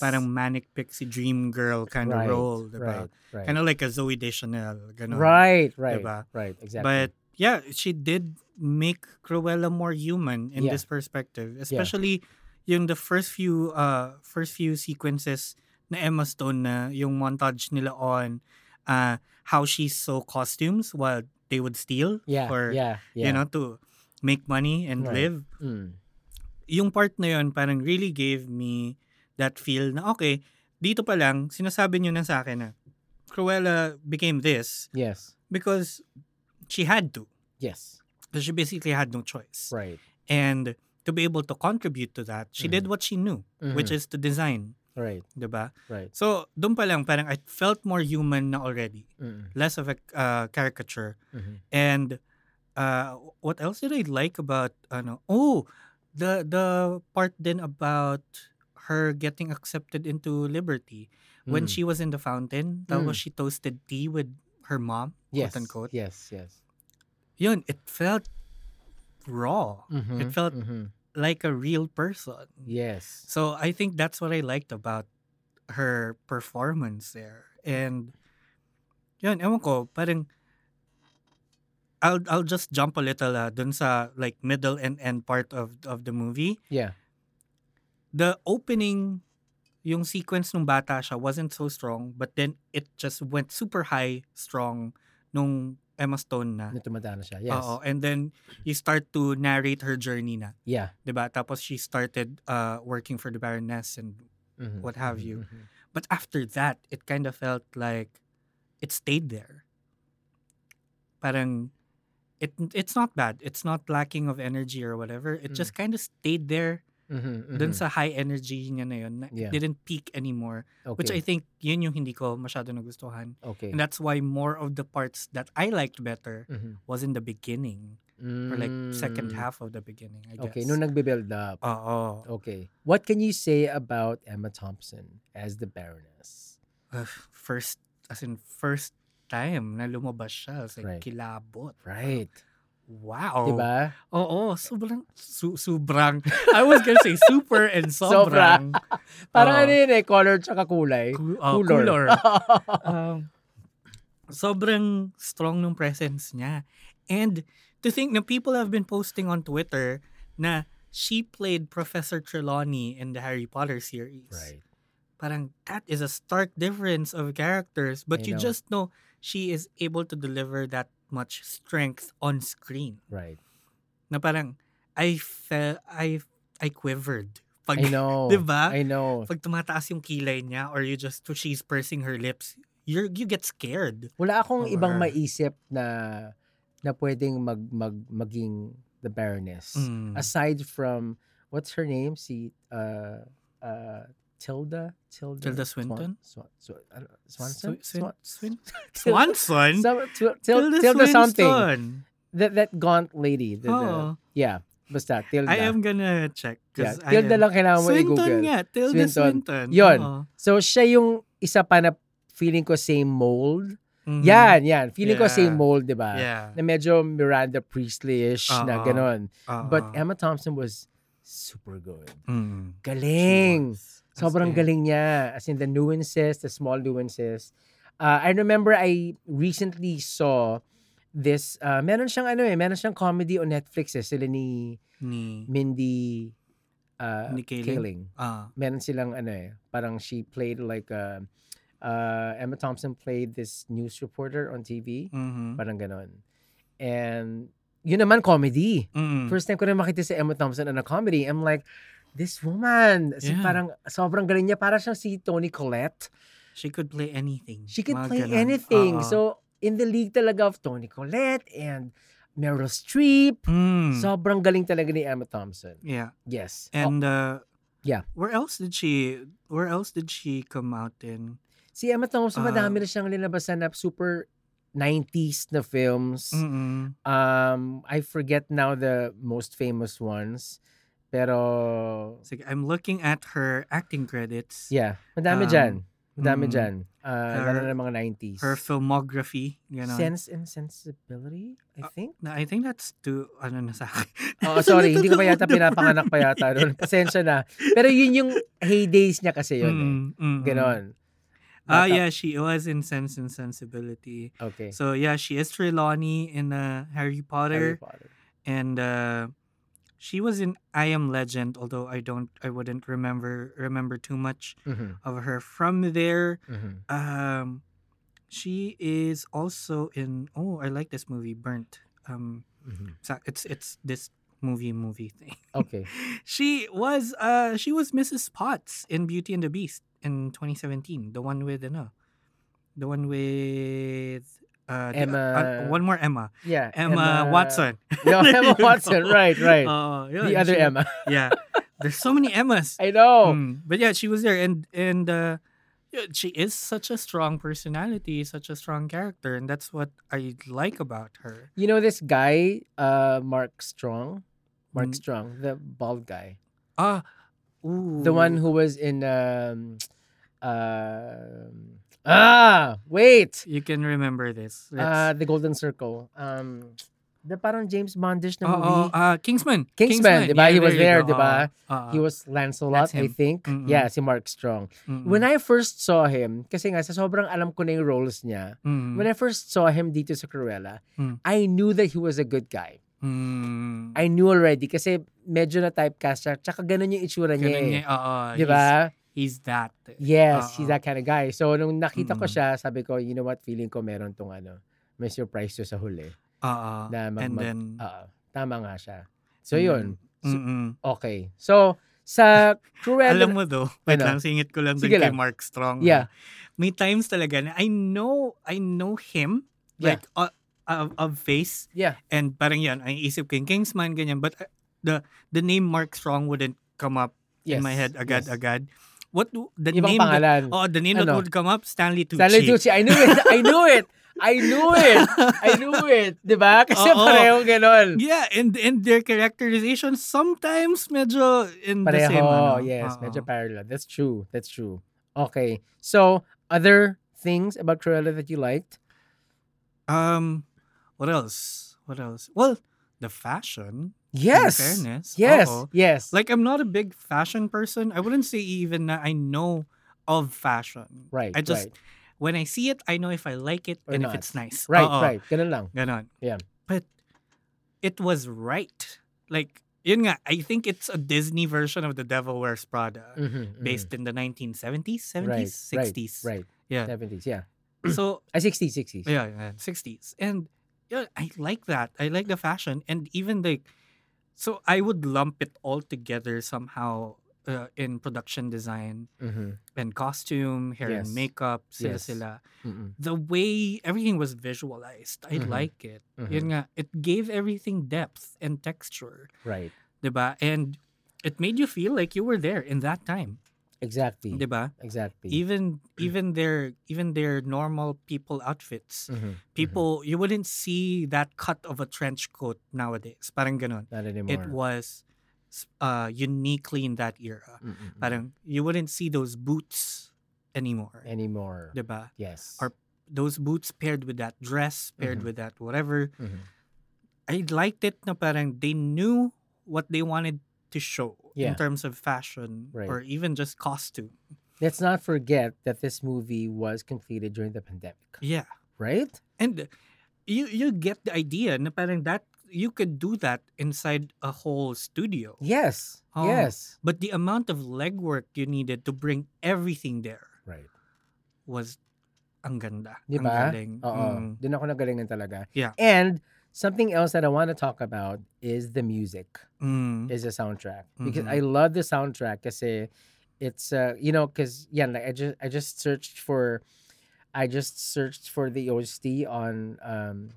Speaker 2: parang manic pixie dream girl kind
Speaker 1: right,
Speaker 2: of role, diba?
Speaker 1: Right, right.
Speaker 2: Kind of like a Zoe Deschanel, ganun.
Speaker 1: right, right,
Speaker 2: diba?
Speaker 1: right, exactly.
Speaker 2: But yeah, she did make Cruella more human in
Speaker 1: Yeah.
Speaker 2: this perspective, especially yung the first few uh first few sequences na Emma Stone na yung montage nila on uh how she saw costumes while they would steal
Speaker 1: yeah,
Speaker 2: for
Speaker 1: yeah, yeah.
Speaker 2: you know to make money and
Speaker 1: Right.
Speaker 2: live.
Speaker 1: Mm.
Speaker 2: Yung part na yun parang really gave me that feel na okay, dito pa lang sinasabi niyo na sa akin na Cruella became this
Speaker 1: Yes.
Speaker 2: because she had to.
Speaker 1: Yes.
Speaker 2: So she basically had no choice.
Speaker 1: Right.
Speaker 2: And to be able to contribute to that, she did what she knew, which is to design,
Speaker 1: Mm-hmm. Right.
Speaker 2: 'di ba?
Speaker 1: Right.
Speaker 2: So, doon pa lang parang I felt more human na already,
Speaker 1: Mm.
Speaker 2: less of a uh, caricature.
Speaker 1: Mhm.
Speaker 2: And uh, what else did I like about ano? Oh, the the part then about her getting accepted into Liberty
Speaker 1: Mm.
Speaker 2: when she was in the fountain. That was
Speaker 1: Mm.
Speaker 2: she toasted tea with her mom,
Speaker 1: Yes.
Speaker 2: quote unquote.
Speaker 1: Yes. Yes.
Speaker 2: Yun, it felt raw.
Speaker 1: Mhm,
Speaker 2: It felt
Speaker 1: mhm.
Speaker 2: like a real person.
Speaker 1: Yes.
Speaker 2: So I think that's what I liked about her performance there. And yun, ewan ko, parang I'll I'll just jump a little uh, dun sa like middle and end part of of the movie.
Speaker 1: Yeah.
Speaker 2: The opening yung sequence nung bata siya wasn't so strong but then it just went super high strong nung Emma Stone na.
Speaker 1: Na tumatana siya. Yes.
Speaker 2: Oo, and then you start to narrate her journey na.
Speaker 1: Yeah.
Speaker 2: 'di ba? Tapos she started uh, working for the Baroness and
Speaker 1: Mhm,
Speaker 2: What have
Speaker 1: mhm,
Speaker 2: you.
Speaker 1: mhm.
Speaker 2: But after that, it kind of felt like it stayed there. Parang it it's not bad. It's not lacking of energy or whatever.
Speaker 1: Mm.
Speaker 2: It just kind of stayed there
Speaker 1: Mm-hmm,
Speaker 2: dun sa high energy niya na yun. na
Speaker 1: Yeah.
Speaker 2: it didn't peak anymore.
Speaker 1: okay.
Speaker 2: Which I think yun yung hindi ko masyado nagustuhan.
Speaker 1: okay.
Speaker 2: And that's why more of the parts that I liked better
Speaker 1: Mhm.
Speaker 2: was in the beginning or like second
Speaker 1: Mm,
Speaker 2: half of the beginning, I guess.
Speaker 1: Okay, nung nagbe-build up.
Speaker 2: Oo.
Speaker 1: Okay. What can you say about Emma Thompson as the Baroness?
Speaker 2: Uh, first, as in first time na lumabas siya. It's
Speaker 1: Right.
Speaker 2: like kilabot.
Speaker 1: Right.
Speaker 2: Wow.
Speaker 1: Diba?
Speaker 2: Oo, sobrang, su- sobrang. I was gonna say super and
Speaker 1: (laughs) Sobra.
Speaker 2: Oh, sobrang.
Speaker 1: Parang
Speaker 2: Oo.
Speaker 1: ano yun eh, color tsaka kulay.
Speaker 2: Cu- oh,
Speaker 1: Kulor. (laughs)
Speaker 2: cooler. Um, sobrang strong ng presence niya. And to think na people have been posting on Twitter na she played Professor Trelawney in the Harry Potter series.
Speaker 1: right.
Speaker 2: Parang that is a stark difference of characters, but
Speaker 1: I
Speaker 2: you
Speaker 1: know.
Speaker 2: just know she is able to deliver that much strength on screen.
Speaker 1: Right.
Speaker 2: Na parang I fell, I I quivered. Pag,
Speaker 1: I know.
Speaker 2: (laughs) Diba?
Speaker 1: I know.
Speaker 2: pag tumataas yung kilay niya or you just she's pursing her lips, you you get scared.
Speaker 1: Wala akong
Speaker 2: Or-
Speaker 1: ibang maisip na na pwedeng mag, mag maging the Baroness. (laughs)
Speaker 2: Mm.
Speaker 1: Aside from what's her name? Si uh uh Tilda Tilda,
Speaker 2: Tilda
Speaker 1: Swan-
Speaker 2: Swinton?
Speaker 1: Swan, Swan, ano, Swanson?
Speaker 2: Swi-
Speaker 1: Swan-
Speaker 2: Swin- Swin-
Speaker 1: Tilda-
Speaker 2: Swanson?
Speaker 1: Some, til, til, Tilda, something. Diba? That that gaunt lady. The,
Speaker 2: Oh,
Speaker 1: the, yeah. Basta Tilda.
Speaker 2: I am gonna check.
Speaker 1: Diba? yeah,
Speaker 2: 'cause I
Speaker 1: Tilda
Speaker 2: am-
Speaker 1: lang kailangan mo
Speaker 2: Swinton
Speaker 1: i-google.
Speaker 2: nga. Tilda
Speaker 1: Swinton.
Speaker 2: Swinton.
Speaker 1: Yun.
Speaker 2: oo.
Speaker 1: So siya yung isa pa na feeling ko same mold.
Speaker 2: Mhm.
Speaker 1: Yan, yan. Feeling ko same
Speaker 2: Yeah.
Speaker 1: mold, 'di ba?
Speaker 2: Yeah. Uh-huh.
Speaker 1: na medyo Miranda Priestley-ish na
Speaker 2: Oo.
Speaker 1: ganun.
Speaker 2: oo.
Speaker 1: But Emma Thompson was super good.
Speaker 2: Mm. She
Speaker 1: Galing!
Speaker 2: was. As
Speaker 1: Sobrang
Speaker 2: in,
Speaker 1: galing niya. As in the nuances, the small nuances. Uh, I remember I recently saw this, uh, meron siyang ano eh, meron siyang comedy on Netflix eh, sila ni
Speaker 2: Ni,
Speaker 1: Mindy uh,
Speaker 2: ni Kaling.
Speaker 1: Kaling.
Speaker 2: Ah,
Speaker 1: Meron silang ano eh, parang she played like, uh, uh, Emma Thompson played this news reporter on TV.
Speaker 2: mhm.
Speaker 1: Parang ganon. And yun naman comedy.
Speaker 2: Mm.
Speaker 1: First time ko rin makita si Emma Thompson on a comedy. I'm like, this woman. As in,
Speaker 2: Yeah.
Speaker 1: Parang sobrang galing niya. Parang siyang si Toni Collette.
Speaker 2: She could play anything.
Speaker 1: She could
Speaker 2: Mga Uh-huh.
Speaker 1: play
Speaker 2: ganun.
Speaker 1: anything.
Speaker 2: Oo.
Speaker 1: So, in the league talaga of Toni Collette and Meryl Streep.
Speaker 2: Mm.
Speaker 1: Sobrang galing talaga ni Emma Thompson.
Speaker 2: yeah.
Speaker 1: Yes. Oh,
Speaker 2: And uh
Speaker 1: Yeah.
Speaker 2: Where else did she where else did she come out in?
Speaker 1: si Emma Thompson,
Speaker 2: uh,
Speaker 1: madami na siyang nilabasan na super 90s na films.
Speaker 2: Mm-mm.
Speaker 1: Um, I forget now the most famous ones. Pero,
Speaker 2: Sige, I'm looking at her acting credits.
Speaker 1: yeah. Madami
Speaker 2: Um,
Speaker 1: dyan. Madami
Speaker 2: mm.
Speaker 1: dyan. Uh, lalo
Speaker 2: Her-
Speaker 1: na ng mga 90s.
Speaker 2: Her filmography, you know.
Speaker 1: Sense and Sensibility, I
Speaker 2: (laughs)
Speaker 1: think.
Speaker 2: Na, I think that's too ano na sa akin.
Speaker 1: (laughs) Oo, Oh, sorry. Hindi ko pa yata
Speaker 2: (laughs) Nanonood
Speaker 1: pinapanganak pa
Speaker 2: ako
Speaker 1: yata
Speaker 2: yun.
Speaker 1: doon. Pasensya na. Pero yun yung heydays niya kasi yun eh.
Speaker 2: Mm, mm, mm.
Speaker 1: Ganon.
Speaker 2: Ah,
Speaker 1: Bata-
Speaker 2: yeah, she was in Sense and Sensibility.
Speaker 1: Okay.
Speaker 2: So, yeah, she is Trelawney in uh, Harry
Speaker 1: Harry
Speaker 2: Potter.
Speaker 1: Potter.
Speaker 2: and uh, she was in I Am Legend, although I don't, I wouldn't remember remember too much
Speaker 1: Mhm,
Speaker 2: of her from there.
Speaker 1: mhm.
Speaker 2: Um, she is also in. Oh, I like this movie, Burnt. Um,
Speaker 1: Mhm.
Speaker 2: so it's it's this movie movie thing. (laughs)
Speaker 1: Okay.
Speaker 2: She was uh she was Mrs. Potts in Beauty and the Beast in 2017, the one with ano, the one with uh, the-
Speaker 1: Emma-
Speaker 2: uh, one more Emma,
Speaker 1: Yeah.
Speaker 2: Emma, Watson. (laughs)
Speaker 1: No, Emma Watson. Right, right.
Speaker 2: Oh, yeah,
Speaker 1: the other
Speaker 2: she-
Speaker 1: Emma. (laughs)
Speaker 2: yeah. There's so many Emmas.
Speaker 1: I know.
Speaker 2: Mm, But yeah, she was there and and uh yeah, she is such a strong personality, such a strong character, and that's what I like about her.
Speaker 1: You know this guy, uh, Mark Strong? Mark
Speaker 2: Mm.
Speaker 1: Strong, the bald guy.
Speaker 2: Ah, ooh.
Speaker 1: The one who was in um um ah wait
Speaker 2: you can remember this. Let's-
Speaker 1: uh the Golden Circle um the parang James Bondish na
Speaker 2: oh, oh,
Speaker 1: movie
Speaker 2: uh, Kingsman.
Speaker 1: Kingsman, diba? He was there,
Speaker 2: you go. Uh,
Speaker 1: diba?
Speaker 2: Oo, oo.
Speaker 1: he was Lancelot
Speaker 2: ah. that's
Speaker 1: I
Speaker 2: him.
Speaker 1: think
Speaker 2: Mm-mm.
Speaker 1: yeah si Mark Strong
Speaker 2: Mm-mm.
Speaker 1: when I first saw him kasi nga sa sobrang alam ko na yung roles niya
Speaker 2: Mm,
Speaker 1: when I first saw him dito sa Cruella
Speaker 2: Mm.
Speaker 1: I knew that he was a good guy
Speaker 2: mm,
Speaker 1: I knew already kasi medyo na typecast siya tsaka ganun yung itsura
Speaker 2: ganun
Speaker 1: niya eh.
Speaker 2: niya, ah, oo,
Speaker 1: Diba?
Speaker 2: uh, He's, he's that.
Speaker 1: Yes, he's
Speaker 2: Oo.
Speaker 1: that kind of guy. So, nung nakita ko
Speaker 2: Mm.
Speaker 1: siya, sabi ko, you know what, feeling ko meron tong ano, may surprise to sa huli.
Speaker 2: Oo.
Speaker 1: Na mag-
Speaker 2: Uh, and
Speaker 1: mag-
Speaker 2: then
Speaker 1: Uh,
Speaker 2: mm,
Speaker 1: Oo, tama nga siya. So, yun. So-
Speaker 2: mm-mm.
Speaker 1: Okay. So, Sa Cruella...
Speaker 2: Alam mo
Speaker 1: (laughs)
Speaker 2: though, wait
Speaker 1: Ano?
Speaker 2: lang, singit ko lang dun
Speaker 1: Sige
Speaker 2: kay
Speaker 1: lang.
Speaker 2: Mark Strong. ano.
Speaker 1: Yeah.
Speaker 2: May times talaga na I know, I know him,
Speaker 1: Yeah.
Speaker 2: like, uh, of, of face,
Speaker 1: Yeah.
Speaker 2: and parang yan, ang isip ko yung Kingsman, ganyan, but uh, the the name Mark Strong wouldn't come up
Speaker 1: Yes.
Speaker 2: in my head agad,
Speaker 1: yes.
Speaker 2: agad. What, do- the
Speaker 1: Ibang
Speaker 2: name, that-
Speaker 1: pangalan.
Speaker 2: oh, the name that
Speaker 1: Ano?
Speaker 2: would come up, Stanley Tucci.
Speaker 1: Stanley Tucci. I knew it. I knew it. I knew it.
Speaker 2: (laughs)
Speaker 1: I knew it. Diba? Kasi
Speaker 2: Oo.
Speaker 1: parehong ganon.
Speaker 2: Yeah, and and their characterization sometimes medyo in the same.
Speaker 1: Pareho,
Speaker 2: ano.
Speaker 1: yes.
Speaker 2: Oo.
Speaker 1: Medyo parallel. That's true. That's true. Okay. So, other things about Cruella that you liked?
Speaker 2: Um, what else? What else? Well, the fashion. in
Speaker 1: Yes.
Speaker 2: fairness.
Speaker 1: Yes.
Speaker 2: Oo.
Speaker 1: Yes.
Speaker 2: Like I'm not a big fashion person. I wouldn't say even that I know of fashion.
Speaker 1: right.
Speaker 2: I just
Speaker 1: right.
Speaker 2: when I see it, I know if I like it
Speaker 1: Or
Speaker 2: and
Speaker 1: not.
Speaker 2: if it's nice.
Speaker 1: Right,
Speaker 2: Oo.
Speaker 1: right. Ganun lang.
Speaker 2: Ganon.
Speaker 1: Yeah.
Speaker 2: But it was right. Like yun nga, I think it's a Disney version of The Devil Wears Prada.
Speaker 1: Mhm, mhm.
Speaker 2: Based in the 1970s, 70s,
Speaker 1: right,
Speaker 2: 60s.
Speaker 1: Right. right.
Speaker 2: Yeah.
Speaker 1: 70s. Yeah.
Speaker 2: So
Speaker 1: Uh, 60s, 60s.
Speaker 2: Yeah, yeah, 60s. And yeah, I like that. I like the fashion. And even like, so I would lump it all together somehow uh, in production design
Speaker 1: Mhm,
Speaker 2: and costume, hair
Speaker 1: Yes.
Speaker 2: and makeup, sila
Speaker 1: Yes.
Speaker 2: sila.
Speaker 1: mhm,
Speaker 2: The way everything was visualized, I
Speaker 1: Mhm.
Speaker 2: like it.
Speaker 1: mhm.
Speaker 2: Yun nga, it gave everything depth and texture,
Speaker 1: Right.
Speaker 2: diba? And it made you feel like you were there in that time,
Speaker 1: Exactly.
Speaker 2: diba?
Speaker 1: Exactly.
Speaker 2: Even even their even their normal people outfits
Speaker 1: Mhm, mhm.
Speaker 2: people you wouldn't see that cut of a trench coat nowadays parang ganun
Speaker 1: Not anymore.
Speaker 2: it was s- uh uniquely in that era
Speaker 1: Mm, mm, mm.
Speaker 2: parang you wouldn't see those boots anymore
Speaker 1: anymore.
Speaker 2: diba
Speaker 1: Yes.
Speaker 2: Or- those boots paired with that dress paired
Speaker 1: Mhm.
Speaker 2: with that whatever
Speaker 1: Mhm.
Speaker 2: i liked it na parang they knew what they wanted to show in
Speaker 1: Yeah.
Speaker 2: terms of fashion
Speaker 1: Right.
Speaker 2: or even just costume
Speaker 1: Let's not forget that this movie was completed during the pandemic,
Speaker 2: yeah
Speaker 1: right?
Speaker 2: And you you get the idea na parang that you could do that inside a whole studio.
Speaker 1: Yes.
Speaker 2: Oh.
Speaker 1: Yes.
Speaker 2: But the amount of legwork you needed to bring everything there
Speaker 1: Right.
Speaker 2: was ang ganda.
Speaker 1: Di
Speaker 2: ang
Speaker 1: ba?
Speaker 2: galing.
Speaker 1: Oo.
Speaker 2: Mm.
Speaker 1: Doon ako nagalingan talaga.
Speaker 2: Yeah.
Speaker 1: And something else that I want to talk about is the music.
Speaker 2: Mm.
Speaker 1: is the soundtrack because
Speaker 2: Mhm.
Speaker 1: I love the soundtrack kasi it's uh you know because yeah like I just I just searched for I just searched for the OST on um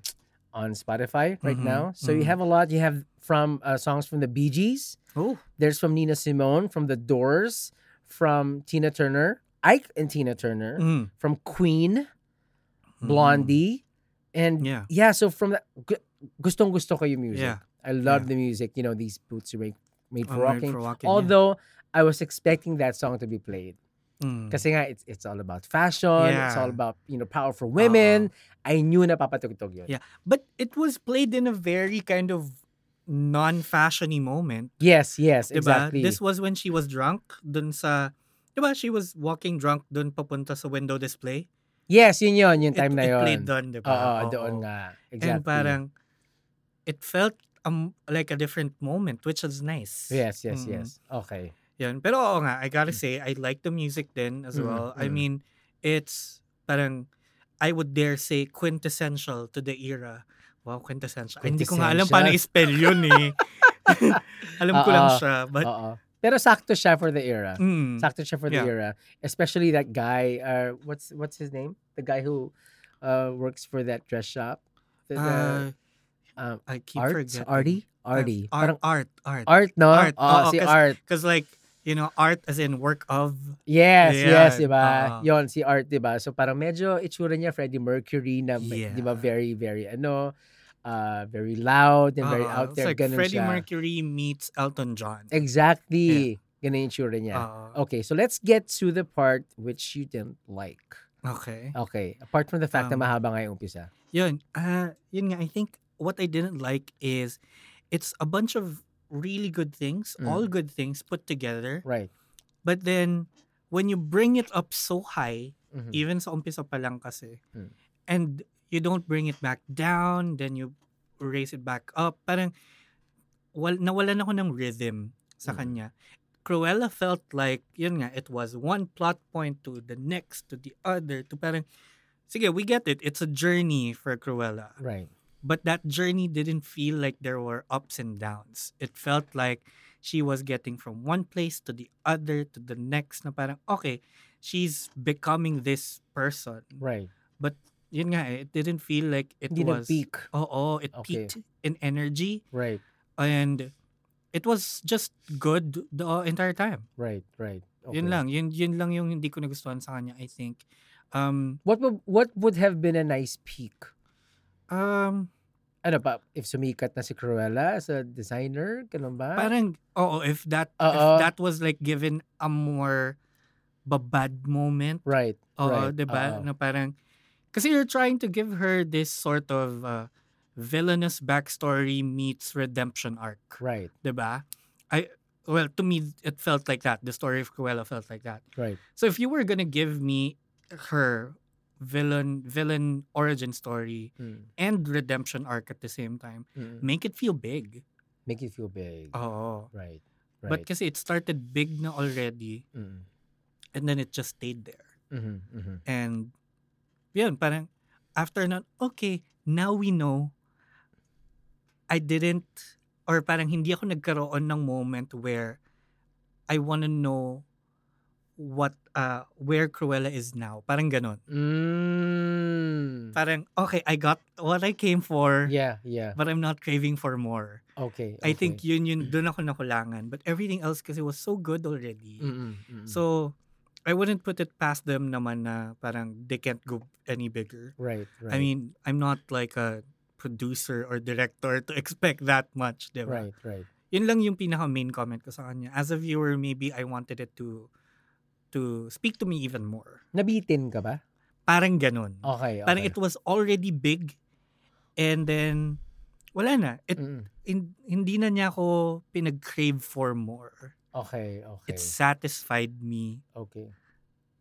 Speaker 1: on Spotify right
Speaker 2: Mhm,
Speaker 1: now so you
Speaker 2: mhm.
Speaker 1: have a lot you have from uh, songs from the Bee Gees
Speaker 2: Oh.
Speaker 1: there's from Nina Simone from the Doors from Tina Turner Ike and Tina Turner
Speaker 2: Mm.
Speaker 1: from Queen
Speaker 2: Mm.
Speaker 1: Blondie and
Speaker 2: Yeah.
Speaker 1: yeah so from that gu- gustong gusto ko yung music
Speaker 2: Yeah.
Speaker 1: I love
Speaker 2: Yeah.
Speaker 1: the music. You know, these boots are made, made for
Speaker 2: Oh,
Speaker 1: walking.
Speaker 2: Made for Walking, yeah.
Speaker 1: Although I was expecting that song to be played.
Speaker 2: Mm.
Speaker 1: Kasi nga, it's, it's all about fashion. It's
Speaker 2: Yeah.
Speaker 1: all about, you know, powerful women. I knew na papatugtog yun.
Speaker 2: Yeah. But it was played in a very kind of non-fashiony moment.
Speaker 1: Yes, yes,
Speaker 2: Diba?
Speaker 1: exactly.
Speaker 2: This was when she was drunk dun sa Diba? She was walking drunk dun papunta sa window display.
Speaker 1: yes, yun yun, yung
Speaker 2: It-
Speaker 1: time na
Speaker 2: it,
Speaker 1: yun.
Speaker 2: played doon, di ba?
Speaker 1: Oo,
Speaker 2: Oo.
Speaker 1: doon nga. Exactly.
Speaker 2: And parang, it felt um, like a different moment, which is nice.
Speaker 1: yes, yes,
Speaker 2: Mm.
Speaker 1: yes. Okay.
Speaker 2: Yun. Pero oo nga, I gotta say, I like the music then as
Speaker 1: Mm,
Speaker 2: well. I
Speaker 1: mm.
Speaker 2: mean, it's parang, I would dare say, quintessential to the era. Wow, quintessential. Ay, Hindi ko nga alam paano i-spell yun
Speaker 1: (laughs)
Speaker 2: eh. (laughs) alam ko lang
Speaker 1: Oo.
Speaker 2: siya. But,
Speaker 1: Oo. Pero sakto siya for the era.
Speaker 2: mm,
Speaker 1: Sakto siya for the
Speaker 2: Yeah.
Speaker 1: era. Especially that guy, uh, what's what's his name? The guy who uh, works for that dress shop. The- the-
Speaker 2: uh,
Speaker 1: um,
Speaker 2: I keep
Speaker 1: art,
Speaker 2: forgetting.
Speaker 1: Artie,
Speaker 2: Uh,
Speaker 1: Artie,
Speaker 2: Art,
Speaker 1: Parang
Speaker 2: art, art.
Speaker 1: art, no?
Speaker 2: Art.
Speaker 1: Oo,
Speaker 2: Oo,
Speaker 1: si
Speaker 2: kasi-
Speaker 1: Art.
Speaker 2: Because like, you know, art as in work of.
Speaker 1: Yes, yes,
Speaker 2: Ayan,
Speaker 1: diba?
Speaker 2: oo.
Speaker 1: Yon, si Art, diba? So parang medyo itsura niya Freddie Mercury na, di
Speaker 2: Yeah.
Speaker 1: diba, very, very, ano, uh, very loud and very
Speaker 2: Oo,
Speaker 1: out
Speaker 2: Ah, it's
Speaker 1: there,
Speaker 2: like
Speaker 1: ganun
Speaker 2: Freddie
Speaker 1: siya.
Speaker 2: Mercury meets Elton John. Ah,
Speaker 1: Exactly. Ganun yung itsura niya.
Speaker 2: Oo.
Speaker 1: okay, so let's get to the part which you didn't like.
Speaker 2: okay.
Speaker 1: Okay, apart from the fact
Speaker 2: Um,
Speaker 1: na mahaba nga yung umpisa.
Speaker 2: Yun. Uh, yun nga, I think what I didn't like is it's a bunch of really good things,
Speaker 1: Mm.
Speaker 2: all good things put together.
Speaker 1: Right.
Speaker 2: But then when you bring it up so high,
Speaker 1: Mhm.
Speaker 2: even sa umpisa pa lang kasi,
Speaker 1: Mm.
Speaker 2: and you don't bring it back down, then you raise it back up, parang wal, nawalan ako ng rhythm
Speaker 1: Mm.
Speaker 2: sa kanya. Cruella felt like, yun nga, it was one plot point to the next, to the other, to parang, sige, we get it, it's a journey for Cruella.
Speaker 1: Right.
Speaker 2: But that journey didn't feel like there were ups and downs. It felt like she was getting from one place to the other to the next na parang okay she's becoming this person
Speaker 1: Right.
Speaker 2: but yun nga eh, it didn't feel like it
Speaker 1: Hindi
Speaker 2: was
Speaker 1: nag-peak.
Speaker 2: oo it
Speaker 1: Okay.
Speaker 2: peaked in energy
Speaker 1: Right.
Speaker 2: and it was just good the entire time
Speaker 1: Right. Right.
Speaker 2: yun
Speaker 1: Okay.
Speaker 2: lang yun yun lang yung hindi ko nagustuhan sa kanya I think um
Speaker 1: What would what would have been a nice peak?
Speaker 2: um
Speaker 1: Ano pa if sumikat na si Cruella as a designer, ganun ba?
Speaker 2: parang oo if that
Speaker 1: Oo.
Speaker 2: if that was like given a more babad moment
Speaker 1: right. Right,
Speaker 2: Oo, 'di
Speaker 1: oo.
Speaker 2: ba? Na parang kasi you're trying to give her this sort of uh, villainous backstory meets redemption arc,
Speaker 1: Right.
Speaker 2: 'di ba? I well, to me it felt like that. The story of Cruella felt like that.
Speaker 1: Right.
Speaker 2: So if you were going to give me her villain villain origin story
Speaker 1: Mm,
Speaker 2: and redemption arc at the same time,
Speaker 1: mm.
Speaker 2: make it feel big.
Speaker 1: Make you feel big.
Speaker 2: Oo.
Speaker 1: Right. Right.
Speaker 2: Ah. But kasi it started big na already
Speaker 1: mm,
Speaker 2: and then it just stayed there.
Speaker 1: mhm, mhm.
Speaker 2: And yun, parang after nun, okay, now we know I didn't or parang hindi ako nagkaroon ng moment where I wanna know what uh where Cruella is now. Parang ganun.
Speaker 1: Mm.
Speaker 2: Parang okay, I got what I came for,
Speaker 1: Yeah, yeah.
Speaker 2: but I'm not craving for more.
Speaker 1: Okay.
Speaker 2: I think yun yun doon ako nakulangan. But everything else kasi was so good already.
Speaker 1: Mm.
Speaker 2: So I wouldn't put it past them naman na parang they can't go any bigger.
Speaker 1: right, right.
Speaker 2: I mean, I'm not like a producer or director to (laughs) expect that much, di ba?
Speaker 1: right, right.
Speaker 2: Yun lang yung pinaka main comment ko sa kanya. As a viewer, maybe I wanted it to to speak to me even more.
Speaker 1: Nabitin ka ba?
Speaker 2: Parang ganun.
Speaker 1: Okay, okay.
Speaker 2: Parang it was already big and then wala na. It,
Speaker 1: Mm,
Speaker 2: hin- hindi na niya ako pinag-crave for more.
Speaker 1: Okay, okay.
Speaker 2: It satisfied me
Speaker 1: okay.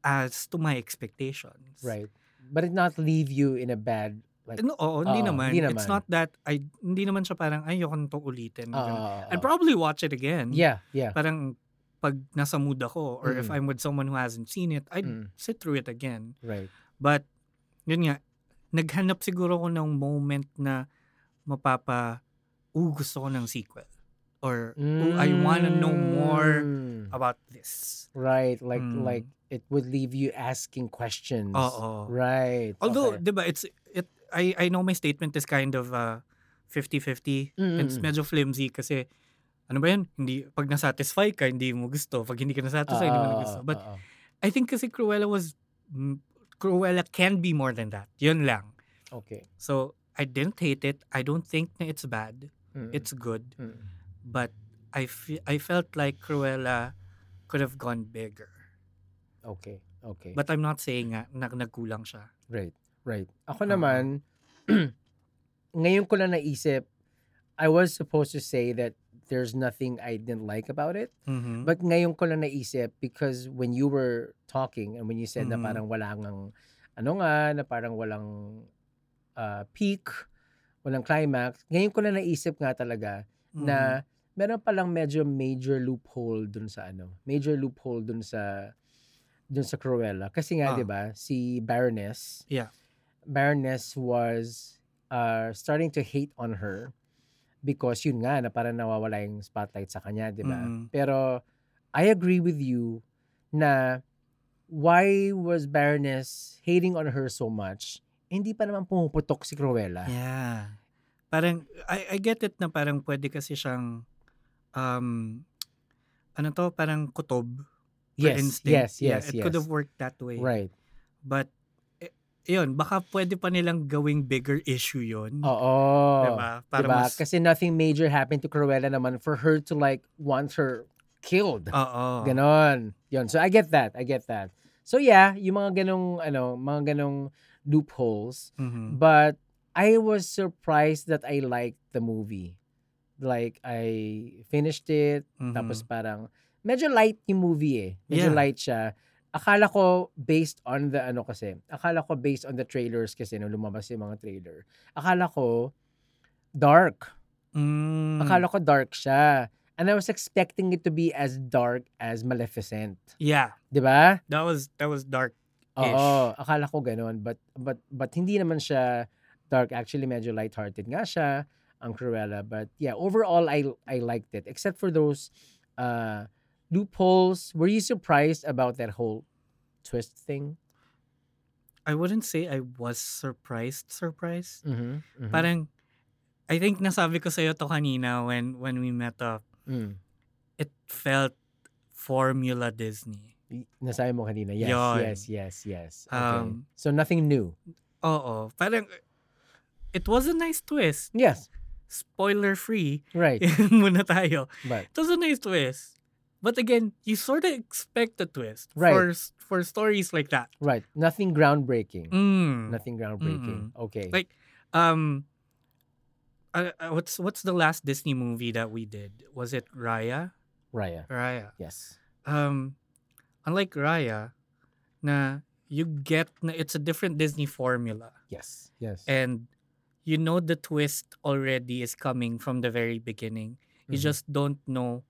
Speaker 2: as to my expectations.
Speaker 1: Right. But it not leave you in a bad like
Speaker 2: No, oo, hindi,
Speaker 1: Oo,
Speaker 2: naman.
Speaker 1: hindi
Speaker 2: It's
Speaker 1: naman.
Speaker 2: not that I hindi naman siya parang ayoko nito ulitin.
Speaker 1: uh,
Speaker 2: ganun. I'd probably watch it again.
Speaker 1: Yeah, yeah.
Speaker 2: Parang pag nasa mood ako or if
Speaker 1: Mm.
Speaker 2: I'm with someone who hasn't seen it, I'd
Speaker 1: Mm.
Speaker 2: sit through it again.
Speaker 1: Right.
Speaker 2: But yun nga, naghanap siguro ko ng moment na mapapa ooh, gusto ko ng sequel or ooh, Oh, I wanna know more
Speaker 1: Mm.
Speaker 2: about this.
Speaker 1: Right, like
Speaker 2: Mm.
Speaker 1: like it would leave you asking questions.
Speaker 2: Oo.
Speaker 1: Right.
Speaker 2: Although,
Speaker 1: okay.
Speaker 2: 'di ba, it's it I I know my statement is kind of uh 50-50.
Speaker 1: Mm, mm,
Speaker 2: It's
Speaker 1: mm.
Speaker 2: medyo flimsy kasi ano ba yan? Hindi, pag nasatisfy ka, hindi mo gusto. Pag hindi ka nasatisfy, hindi mo na
Speaker 1: Oo,
Speaker 2: gusto. But
Speaker 1: oo.
Speaker 2: I think kasi Cruella was mm, Cruella can be more than that. Yun lang.
Speaker 1: okay.
Speaker 2: So I didn't hate it. I don't think na it's bad.
Speaker 1: Mm,
Speaker 2: It's good,
Speaker 1: mm.
Speaker 2: but I fe- I felt like Cruella could have gone bigger.
Speaker 1: okay. Okay.
Speaker 2: But I'm not saying nga na nagkulang siya.
Speaker 1: Right, right. Ako
Speaker 2: Oo.
Speaker 1: naman, (clears throat) ngayon ko lang naisip, I was supposed to say that there's nothing I didn't like about it.
Speaker 2: Mhm.
Speaker 1: But ngayon ko lang naisip because when you were talking and when you said
Speaker 2: Mhm.
Speaker 1: na parang wala ngang, ano nga, na parang walang uh, peak, walang climax, ngayon ko lang naisip nga talaga
Speaker 2: Mhm.
Speaker 1: na meron palang medyo major loophole dun sa ano, major loophole dun sa dun sa Cruella. Kasi nga,
Speaker 2: Ah.
Speaker 1: 'di ba, si Baroness,
Speaker 2: Yeah.
Speaker 1: Baroness was uh, starting to hate on her because yun nga, na parang nawawala yung spotlight sa kanya, 'di ba?
Speaker 2: Mhm.
Speaker 1: Pero I agree with you na why was Baroness hating on her so much? Hindi pa naman pumuputok si Cruella.
Speaker 2: Yeah. Parang, I, I get it na parang pwede kasi siyang, um, ano to, parang kutob. for
Speaker 1: Yes,
Speaker 2: instinct.
Speaker 1: yes,
Speaker 2: Yeah,
Speaker 1: yes,
Speaker 2: It
Speaker 1: yes.
Speaker 2: could have worked that way.
Speaker 1: Right.
Speaker 2: But, eh, yun, baka pwede pa nilang gawing bigger issue yun.
Speaker 1: Oo.
Speaker 2: Mm. Diba? Para
Speaker 1: diba?
Speaker 2: mas,
Speaker 1: Kasi nothing major happened to Cruella naman for her to like want her killed.
Speaker 2: oo.
Speaker 1: Ganon. Yun. So I get that. I get that. So yeah, yung mga ganong ano, mga ganong loopholes.
Speaker 2: Mhm.
Speaker 1: But I was surprised that I liked the movie. Like I finished it
Speaker 2: Mhm.
Speaker 1: tapos parang medyo light yung movie eh. Medyo
Speaker 2: Yeah.
Speaker 1: light siya. Akala ko based on the ano kasi, akala ko based on the trailers kasi nung lumabas yung mga trailer. Akala ko dark.
Speaker 2: Mm.
Speaker 1: Akala ko dark siya. And I was expecting it to be as dark as Maleficent.
Speaker 2: Yeah.
Speaker 1: 'Di ba?
Speaker 2: That was, that was dark. Ish.
Speaker 1: Oo, akala ko ganun. But, but, but hindi naman siya dark. Actually, medyo lighthearted nga siya. um, Cruella. But yeah, overall, I I liked it, except for those uh, loopholes. Were you surprised about that whole twist thing?
Speaker 2: I wouldn't say I was surprised, surprised.
Speaker 1: Mm-hmm,
Speaker 2: Parang, I think nasabi ko sa'yo to kanina when, when we met up.
Speaker 1: Mm.
Speaker 2: It felt formula Disney.
Speaker 1: Nasabi mo kanina. Yes,
Speaker 2: Yun.
Speaker 1: yes, yes, yes. Okay.
Speaker 2: Um,
Speaker 1: so nothing new.
Speaker 2: Oo. Parang, it was a nice twist.
Speaker 1: Yes,
Speaker 2: Spoiler free. (laughs)
Speaker 1: right.
Speaker 2: muna tayo.
Speaker 1: but
Speaker 2: It was a nice twist. But again, you sort of expect a twist
Speaker 1: Right.
Speaker 2: for s- for stories like that.
Speaker 1: right, nothing groundbreaking.
Speaker 2: Mm. Mm-hmm.
Speaker 1: Nothing groundbreaking. Okay.
Speaker 2: Like- Um, uh, uh, what's what's the last Disney movie that we did? Was it Raya?
Speaker 1: Raya.
Speaker 2: Raya.
Speaker 1: Yes.
Speaker 2: Um, unlike Raya, na you get na it's a different Disney formula,
Speaker 1: Yes. Yes.
Speaker 2: and you know the twist already is coming from the very beginning. You
Speaker 1: Mhm.
Speaker 2: just don't know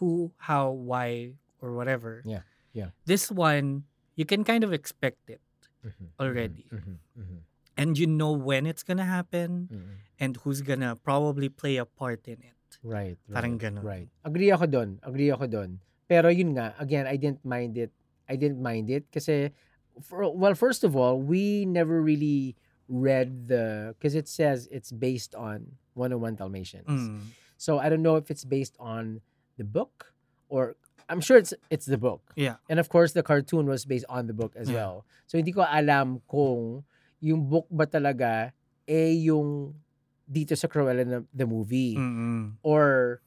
Speaker 2: who, how, why, or whatever.
Speaker 1: Yeah, yeah.
Speaker 2: This one, you can kind of expect it
Speaker 1: Mhm, mhm,
Speaker 2: Mm-hmm. already.
Speaker 1: mhm, mhm,
Speaker 2: And you know when it's gonna happen
Speaker 1: mhm.
Speaker 2: and who's gonna probably play a part in it.
Speaker 1: Right. right.
Speaker 2: Parang ganun.
Speaker 1: Right. Agree ako doon. Agree ako doon. Pero yun nga, again, I didn't mind it. I didn't mind it kasi for, well, first of all, we never really read the because it says it's based on 101 Dalmatians.
Speaker 2: Mm.
Speaker 1: So I don't know if it's based on the book or I'm sure it's it's the book.
Speaker 2: Yeah.
Speaker 1: And of course the cartoon was based on the book as
Speaker 2: Yeah.
Speaker 1: well. So hindi ko alam kung yung book ba talaga eh yung dito sa Cruella na, the movie
Speaker 2: Mm. Mm-mm.
Speaker 1: or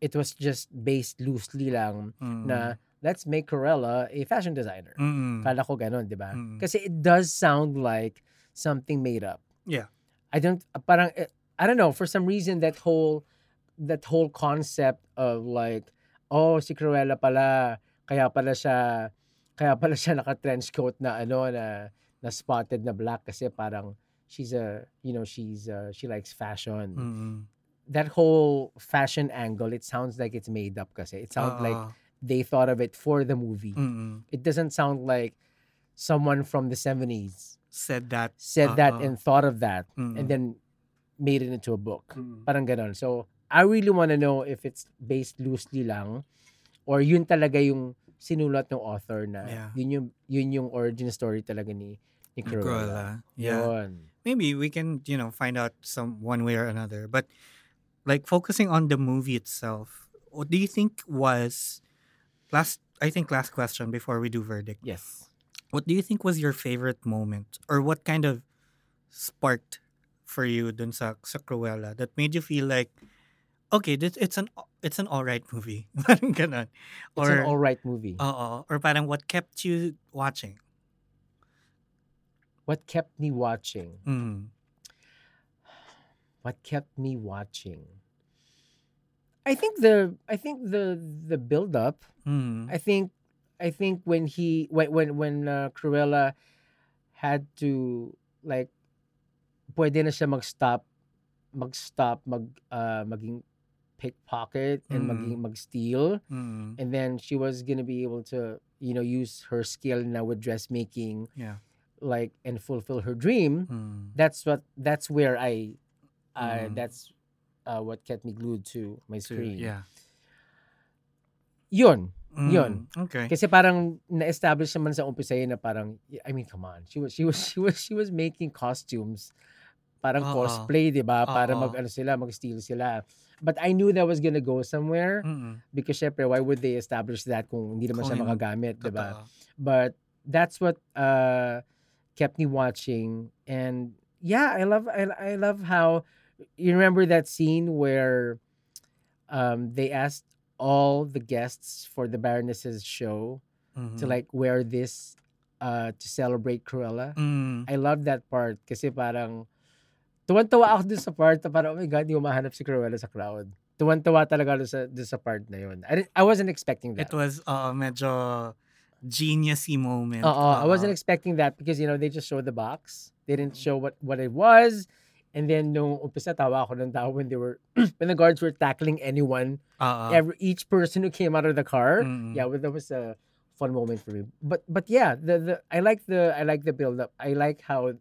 Speaker 1: it was just based loosely lang
Speaker 2: Mm-mm.
Speaker 1: na let's make Corella a fashion designer.
Speaker 2: Mm-mm.
Speaker 1: Kala ko ganun, di ba?
Speaker 2: Mm.
Speaker 1: Kasi it does sound like something made up.
Speaker 2: Yeah.
Speaker 1: I don't, parang, eh, I don't know, for some reason that whole, that whole concept of like, oh, si Cruella pala, kaya pala siya, kaya pala siya naka-trench coat na ano, na, na spotted na black kasi parang she's a, you know, she's, uh, she likes fashion
Speaker 2: Mm-mm.
Speaker 1: that whole fashion angle, it sounds like it's made up kasi. It sounds like
Speaker 2: Ah. mm,
Speaker 1: they thought of it for the movie.
Speaker 2: Mm-mm.
Speaker 1: It doesn't sound like someone from the 70s
Speaker 2: said that Mm.
Speaker 1: said that
Speaker 2: Uh-uh.
Speaker 1: and thought of that
Speaker 2: Mm-mm.
Speaker 1: and then made it into a book.
Speaker 2: Mm-hmm.
Speaker 1: Parang ganon. So, I really want to know if it's based loosely lang or yun talaga yung sinulat ng author na
Speaker 2: Yeah.
Speaker 1: yun, yung, yun yung origin story talaga ni, ni Cruella.
Speaker 2: Cruella. Yeah.
Speaker 1: Yun.
Speaker 2: Maybe we can, you know, find out some one way or another. But like focusing on the movie itself, what do you think was last I think last question before we do verdict.
Speaker 1: Yes.
Speaker 2: What do you think was your favorite moment or what kind of sparked for you dun sa, sa Cruella that made you feel like okay, this it's an it's an alright movie. (laughs) Parang ganun.
Speaker 1: It's
Speaker 2: Or uh,
Speaker 1: an alright movie.
Speaker 2: oo, or parang what kept you watching.
Speaker 1: what kept me watching?
Speaker 2: Mm.
Speaker 1: what kept me watching i think the i think the the build up
Speaker 2: Mm.
Speaker 1: i think i think when he when when when uh, Cruella had to like pwede na siya mag-stop mag-stop mag uh, maging pickpocket and
Speaker 2: Mm.
Speaker 1: maging mag-steal
Speaker 2: Mm.
Speaker 1: and then she was going to be able to you know use her skill now with dressmaking
Speaker 2: Yeah.
Speaker 1: like and fulfill her dream
Speaker 2: Mm.
Speaker 1: that's what that's where I uh,
Speaker 2: Mm.
Speaker 1: that's uh, what kept me glued to my
Speaker 2: To-
Speaker 1: screen.
Speaker 2: yeah.
Speaker 1: Yun. Yun.
Speaker 2: Mm, Okay.
Speaker 1: Kasi parang na-establish naman sa umpisa yun na parang I mean come on. She was she was (laughs) she was she was making costumes parang
Speaker 2: Oo.
Speaker 1: cosplay, 'di ba? Para
Speaker 2: Oo.
Speaker 1: mag ano sila, mag-steal sila. But I knew that was gonna go somewhere
Speaker 2: Mm-mm.
Speaker 1: because syempre why would they establish that kung hindi naman
Speaker 2: Mm. Kung
Speaker 1: siya
Speaker 2: hindi-
Speaker 1: magagamit, 'di ba?
Speaker 2: Totoo.
Speaker 1: but that's what uh kept me watching and yeah i love i, I love how you remember that scene where um they asked all the guests for the baroness's show to
Speaker 2: Mhm.
Speaker 1: like wear this uh to celebrate cruella
Speaker 2: Mm.
Speaker 1: i love that part kasi parang tuwan-tuwa ako dun sa part na parang, oh my God, hindi humahanap si Cruella sa crowd. Tuwan-tuwa talaga ako dun sa, dun sa part na yun. I, didn't- I wasn't expecting that.
Speaker 2: It was uh, medyo geniusy moment.
Speaker 1: Uh-uh. I wasn't
Speaker 2: Oo.
Speaker 1: expecting that because you know they just showed the box. They didn't show what what it was. And then nung umpisa tawa ako ng tao when they were (clears throat) when the guards were tackling anyone,
Speaker 2: Oo.
Speaker 1: every each person who came out of the car.
Speaker 2: Mm.
Speaker 1: Yeah, well, that was a fun moment for me. But but yeah, the the I like the I like the build up. I like how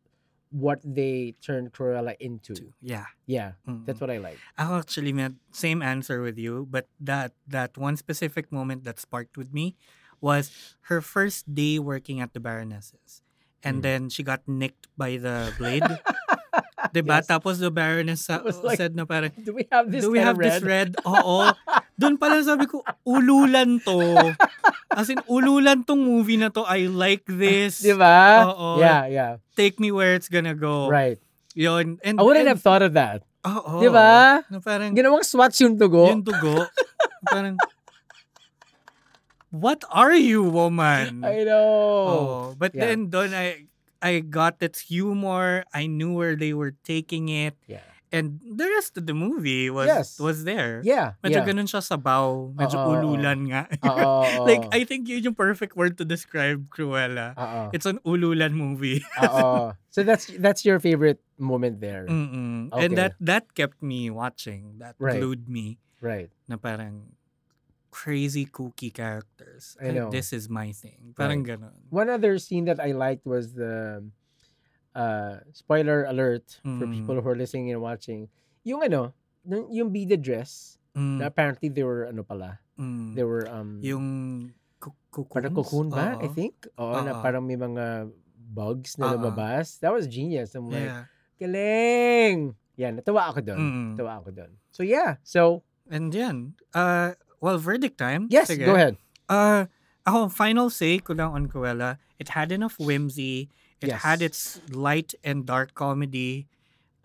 Speaker 1: what they turned Cruella into.
Speaker 2: Yeah.
Speaker 1: Yeah,
Speaker 2: Mm.
Speaker 1: that's what I like. (laughs)
Speaker 2: I actually meant same answer with you, but that that one specific moment that sparked with me was her first day working at the Baroness's.
Speaker 1: Mm.
Speaker 2: And then she got nicked by the
Speaker 1: (laughs)
Speaker 2: blade. diba?
Speaker 1: Yes.
Speaker 2: Tapos the Baroness sa-
Speaker 1: It was like,
Speaker 2: said na parang,
Speaker 1: Do we have this?
Speaker 2: Do we
Speaker 1: kind
Speaker 2: have
Speaker 1: of
Speaker 2: this red? Oo. Doon pala sabi ko, ululan to. As in, ululan tong movie na to. I like this.
Speaker 1: Diba?
Speaker 2: Oo.
Speaker 1: Yeah, yeah.
Speaker 2: Take me where it's gonna go.
Speaker 1: Right.
Speaker 2: Yun. And,
Speaker 1: I wouldn't
Speaker 2: and,
Speaker 1: have thought of that.
Speaker 2: Oo.
Speaker 1: Diba?
Speaker 2: Na parang,
Speaker 1: Ginawang swatch yung dugo.
Speaker 2: yung dugo. parang, what are you, woman?
Speaker 1: I know.
Speaker 2: Oo. But
Speaker 1: yeah.
Speaker 2: then doon, I, I got its humor. I knew where they were taking it.
Speaker 1: Yeah.
Speaker 2: And the rest of the movie was
Speaker 1: Yes.
Speaker 2: was there.
Speaker 1: Yeah. yeah.
Speaker 2: Medyo ganun siya sabaw. Medyo
Speaker 1: Oo, oo, oo.
Speaker 2: ululan nga. (laughs)
Speaker 1: Oo,
Speaker 2: like,
Speaker 1: oo.
Speaker 2: I think yun yung perfect word to describe Cruella.
Speaker 1: Oo.
Speaker 2: (laughs) It's an ululan movie.
Speaker 1: Oo. So that's that's your favorite moment there.
Speaker 2: Mm. Mm-mm.
Speaker 1: Okay.
Speaker 2: And that that kept me watching. That
Speaker 1: Right.
Speaker 2: glued me
Speaker 1: Right.
Speaker 2: na parang crazy kooky characters.
Speaker 1: I
Speaker 2: Ay,
Speaker 1: know.
Speaker 2: This is my thing. Parang
Speaker 1: Right.
Speaker 2: ganun.
Speaker 1: One other scene that I liked was the uh spoiler alert for
Speaker 2: Mm.
Speaker 1: people who are listening and watching. Yung ano, yung yung be the dress.
Speaker 2: Mm,
Speaker 1: na apparently they were ano pala.
Speaker 2: mm.
Speaker 1: They were um
Speaker 2: Yung cu- cocoons?
Speaker 1: parang cocoon ba? I
Speaker 2: Oo.
Speaker 1: think. Oo, na
Speaker 2: Oo.
Speaker 1: parang may mga bugs na
Speaker 2: Oo.
Speaker 1: lumabas. That was genius. I'm like,
Speaker 2: Yeah.
Speaker 1: galing! Yan, natuwa ako doon.
Speaker 2: Mm.
Speaker 1: Natuwa ako doon. So yeah, so
Speaker 2: And yan. Uh, well, verdict time.
Speaker 1: yes,
Speaker 2: Sige.
Speaker 1: go ahead.
Speaker 2: Uh, ako, final say ko lang on Cruella, it had enough whimsy. It
Speaker 1: Yes.
Speaker 2: had its light and dark comedy.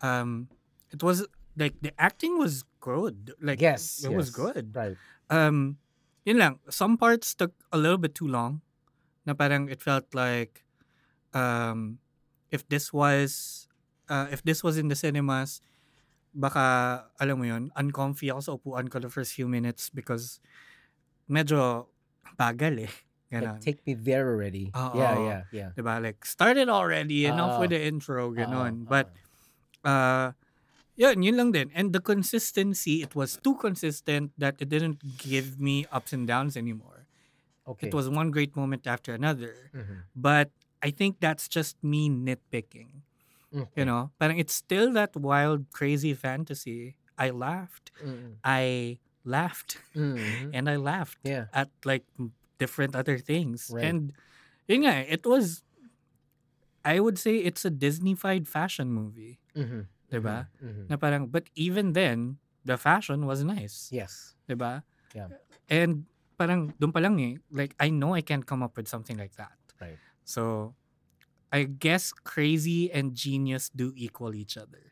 Speaker 2: Um, it was like the acting was good. Like
Speaker 1: Yes,
Speaker 2: it was
Speaker 1: yes.
Speaker 2: good.
Speaker 1: Right.
Speaker 2: Um, yun lang. Some parts took a little bit too long. Na parang it felt like, um, if this was, uh, if this was in the cinemas, baka alam mo yun, uncomfy ako sa upuan ko the first few minutes because medyo bagal eh. (laughs) Ganon.
Speaker 1: Like, take me there already.
Speaker 2: Oo.
Speaker 1: yeah, yeah, yeah.
Speaker 2: diba? Like, start it already, enough
Speaker 1: Oo.
Speaker 2: with the intro, ganon.
Speaker 1: Oo,
Speaker 2: But,
Speaker 1: oo.
Speaker 2: uh, yun, yun lang din. And the consistency, it was too consistent that it didn't give me ups and downs anymore.
Speaker 1: okay.
Speaker 2: It was one great moment after another.
Speaker 1: Mhm.
Speaker 2: But I think that's just me nitpicking.
Speaker 1: Okay.
Speaker 2: You know, parang it's still that wild, crazy fantasy. I laughed.
Speaker 1: Mhm.
Speaker 2: I
Speaker 1: (laughs)
Speaker 2: laughed.
Speaker 1: Mhm.
Speaker 2: and I laughed
Speaker 1: Yeah.
Speaker 2: at like m- different other things.
Speaker 1: Right.
Speaker 2: And yun nga, it was I would say it's a Disneyfied fashion movie,
Speaker 1: Mhm.
Speaker 2: diba?
Speaker 1: Mhm.
Speaker 2: Na parang but even then the fashion was nice,
Speaker 1: Yes.
Speaker 2: diba?
Speaker 1: Yeah.
Speaker 2: And parang dun pa lang eh, like I know I can't come up with something like that.
Speaker 1: Right.
Speaker 2: So I guess crazy and genius do equal each other.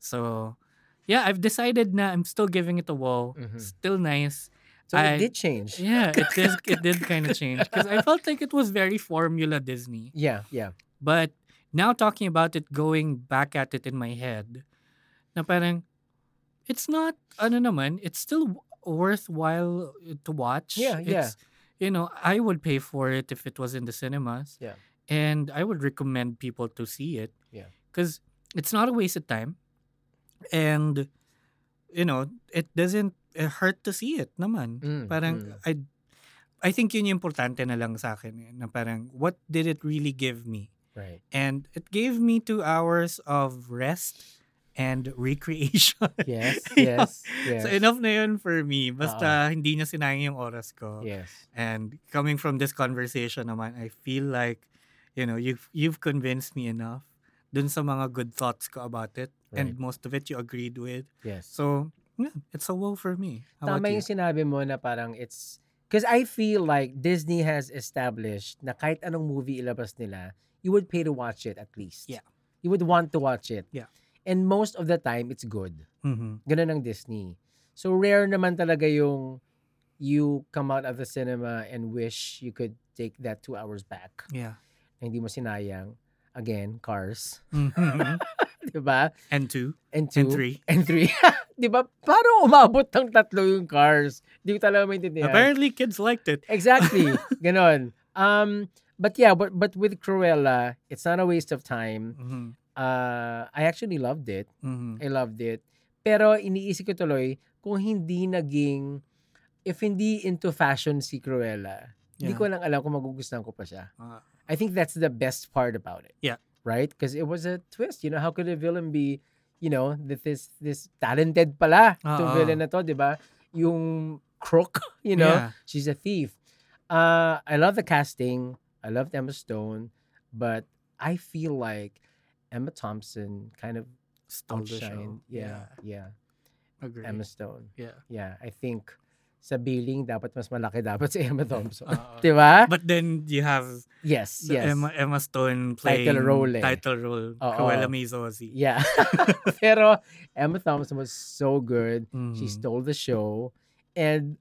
Speaker 2: So yeah, I've decided na I'm still giving it a wow.
Speaker 1: Mhm.
Speaker 2: Still nice.
Speaker 1: So
Speaker 2: I-
Speaker 1: it did change.
Speaker 2: Yeah, it did, it did kind of change because I felt like it was very formula Disney.
Speaker 1: Yeah, yeah.
Speaker 2: But now talking about it, going back at it in my head, na parang, it's not, ano naman, it's still w- worthwhile uh, to watch.
Speaker 1: Yeah, yeah.
Speaker 2: It's- You know, I would pay for it if it was in the cinemas.
Speaker 1: Yeah.
Speaker 2: And I would recommend people to see it.
Speaker 1: Yeah.
Speaker 2: Because it's not a waste of time. And, you know, it doesn't uh, hurt to see it naman.
Speaker 1: Mm,
Speaker 2: Parang
Speaker 1: mm.
Speaker 2: I I think yun yung importante na lang sa akin eh, na parang what did it really give me? (laughs)
Speaker 1: Right.
Speaker 2: And it gave me 2 hours of rest and (laughs) recreation. (laughs)
Speaker 1: Yes,
Speaker 2: You know?
Speaker 1: yes, yes.
Speaker 2: So enough na yun for me. Basta hindi niya sinayang yung oras ko.
Speaker 1: Yes.
Speaker 2: And coming from this conversation naman, I feel like you know, you've you've convinced me enough dun sa mga good thoughts ko about it and
Speaker 1: Right.
Speaker 2: most of it you agreed with.
Speaker 1: Yes.
Speaker 2: So, yeah, it's a woe for me. How about
Speaker 1: Tama
Speaker 2: you?
Speaker 1: yung sinabi mo na parang it's because I feel like Disney has established na kahit anong movie ilabas nila, you would pay to watch it at least.
Speaker 2: Yeah.
Speaker 1: You would want to watch it.
Speaker 2: Yeah.
Speaker 1: And most of the time, it's good.
Speaker 2: Mhm.
Speaker 1: Ganun ang Disney. So rare naman talaga yung you come out of the cinema and wish you could take that two hours back
Speaker 2: Yeah.
Speaker 1: na hindi mo sinayang. Again, cars. (laughs)
Speaker 2: Mhm.
Speaker 1: Diba?
Speaker 2: (laughs) and two.
Speaker 1: And two.
Speaker 2: And three.
Speaker 1: And three. (laughs) diba? Parang umabot ng tatlo yung cars. Hindi ko talaga maintindihan.
Speaker 2: Apparently, kids liked it.
Speaker 1: Exactly.
Speaker 2: (laughs)
Speaker 1: Ganon. Um, but yeah, but but with Cruella, it's not a waste of time.
Speaker 2: Mhm.
Speaker 1: Uh, I actually loved it.
Speaker 2: Mhm.
Speaker 1: I loved it. Pero iniisip ko tuloy, kung hindi naging, if hindi into fashion si Cruella, hindi
Speaker 2: Yeah.
Speaker 1: ko lang alam kung magugustuhan ko pa siya.
Speaker 2: Ah.
Speaker 1: I think that's the best part about it.
Speaker 2: Yeah.
Speaker 1: right? Because it was a twist. You know, how could a villain be, you know, that this this talented pala to
Speaker 2: Oo.
Speaker 1: villain na to, di ba? Yung crook, (laughs) you know,
Speaker 2: Yeah.
Speaker 1: she's a thief. Uh, I love the casting. I love Emma Stone, but I feel like Emma Thompson kind of
Speaker 2: Stole the show.
Speaker 1: outshined. Yeah, yeah,
Speaker 2: Agree.
Speaker 1: Emma Stone.
Speaker 2: Yeah.
Speaker 1: Yeah, I think sa billing dapat mas malaki dapat si Emma Thompson.
Speaker 2: (laughs) Oo.
Speaker 1: (laughs) di ba?
Speaker 2: Uh, But then you have
Speaker 1: Yes,
Speaker 2: the
Speaker 1: yes.
Speaker 2: Emma, Emma Stone playing
Speaker 1: Title role eh.
Speaker 2: title role
Speaker 1: Oo.
Speaker 2: Cruella Mizozzi. (laughs)
Speaker 1: Yeah. (laughs) Pero Emma Thompson was so good. She
Speaker 2: Mhm.
Speaker 1: stole the show. And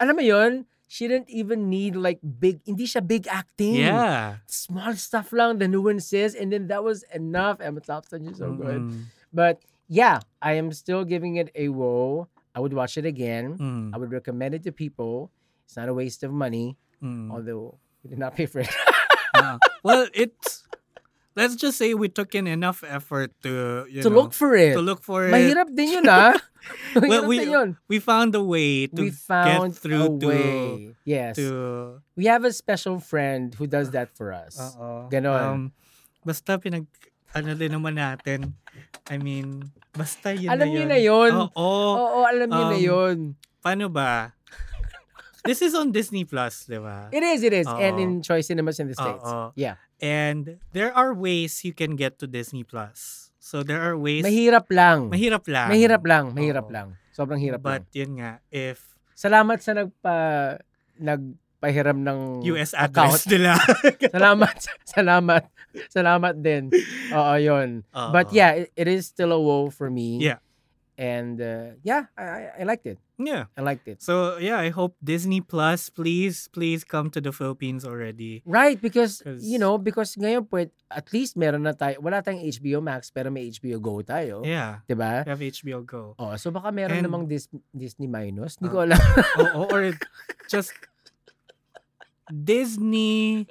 Speaker 1: alam mo yon, she didn't even need like big, hindi siya big acting.
Speaker 2: Yeah.
Speaker 1: Small stuff lang, the nuances. And then that was enough. Emma Thompson, she's so good.
Speaker 2: Mm,
Speaker 1: But yeah, I am still giving it a whoa. I would watch it again.
Speaker 2: mm,
Speaker 1: I would recommend it to people. It's not a waste of money,
Speaker 2: mm.
Speaker 1: although we did not pay for it.
Speaker 2: Ah. well, it's let's just say we took in enough effort to
Speaker 1: (laughs) to
Speaker 2: you
Speaker 1: look
Speaker 2: know,
Speaker 1: for it.
Speaker 2: to look for it.
Speaker 1: Mahirap din yun,
Speaker 2: (laughs)
Speaker 1: ah. (laughs) Mahirap
Speaker 2: Well, we-
Speaker 1: din yun.
Speaker 2: We found a way to
Speaker 1: we found
Speaker 2: get
Speaker 1: a
Speaker 2: through
Speaker 1: way. yes,
Speaker 2: to to
Speaker 1: we have a special friend who does that for us.
Speaker 2: Oo.
Speaker 1: Ganon.
Speaker 2: Um, basta pinag ano din naman natin. I mean, basta yun
Speaker 1: Alam
Speaker 2: na
Speaker 1: niyo
Speaker 2: yun.
Speaker 1: na yun.
Speaker 2: Oo.
Speaker 1: Oo, alam niyo na
Speaker 2: um,
Speaker 1: yun.
Speaker 2: Paano
Speaker 1: (laughs)
Speaker 2: ba? This is on Disney Plus, di ba?
Speaker 1: It is, it is, and
Speaker 2: oo.
Speaker 1: in choice cinemas
Speaker 2: uh,
Speaker 1: in the states.
Speaker 2: Oo.
Speaker 1: Yeah,
Speaker 2: And there are ways you can get to Disney Plus. So there are ways.
Speaker 1: mahirap lang.
Speaker 2: mahirap lang.
Speaker 1: Mahirap lang, mahirap
Speaker 2: Oo.
Speaker 1: lang. Sobrang hirap
Speaker 2: But
Speaker 1: lang.
Speaker 2: yun nga, if
Speaker 1: Salamat sa nagpa nagpahiram ng
Speaker 2: US address (laughs)
Speaker 1: (laughs)
Speaker 2: nila.
Speaker 1: Salamat, (laughs) salamat, salamat din. Oo, yun. But
Speaker 2: Oo.
Speaker 1: yeah, it, it is still a woe for me.
Speaker 2: Uh-huh. Yeah.
Speaker 1: And uh, yeah, I, I, I liked it.
Speaker 2: Yeah.
Speaker 1: I liked it.
Speaker 2: So yeah, I hope Disney Plus, please, please come to the Philippines already.
Speaker 1: Right, because
Speaker 2: 'Cause-
Speaker 1: you know, because ngayon po at least meron na tayo, wala tayong HBO Max pero may HBO Go tayo,
Speaker 2: Yeah.
Speaker 1: 'di ba?
Speaker 2: We have HBO Go.
Speaker 1: Oh, so baka meron
Speaker 2: And-
Speaker 1: namang Dis- Disney Minus. Hindi
Speaker 2: Ah.
Speaker 1: ko alam. (laughs)
Speaker 2: Oo, or just Disney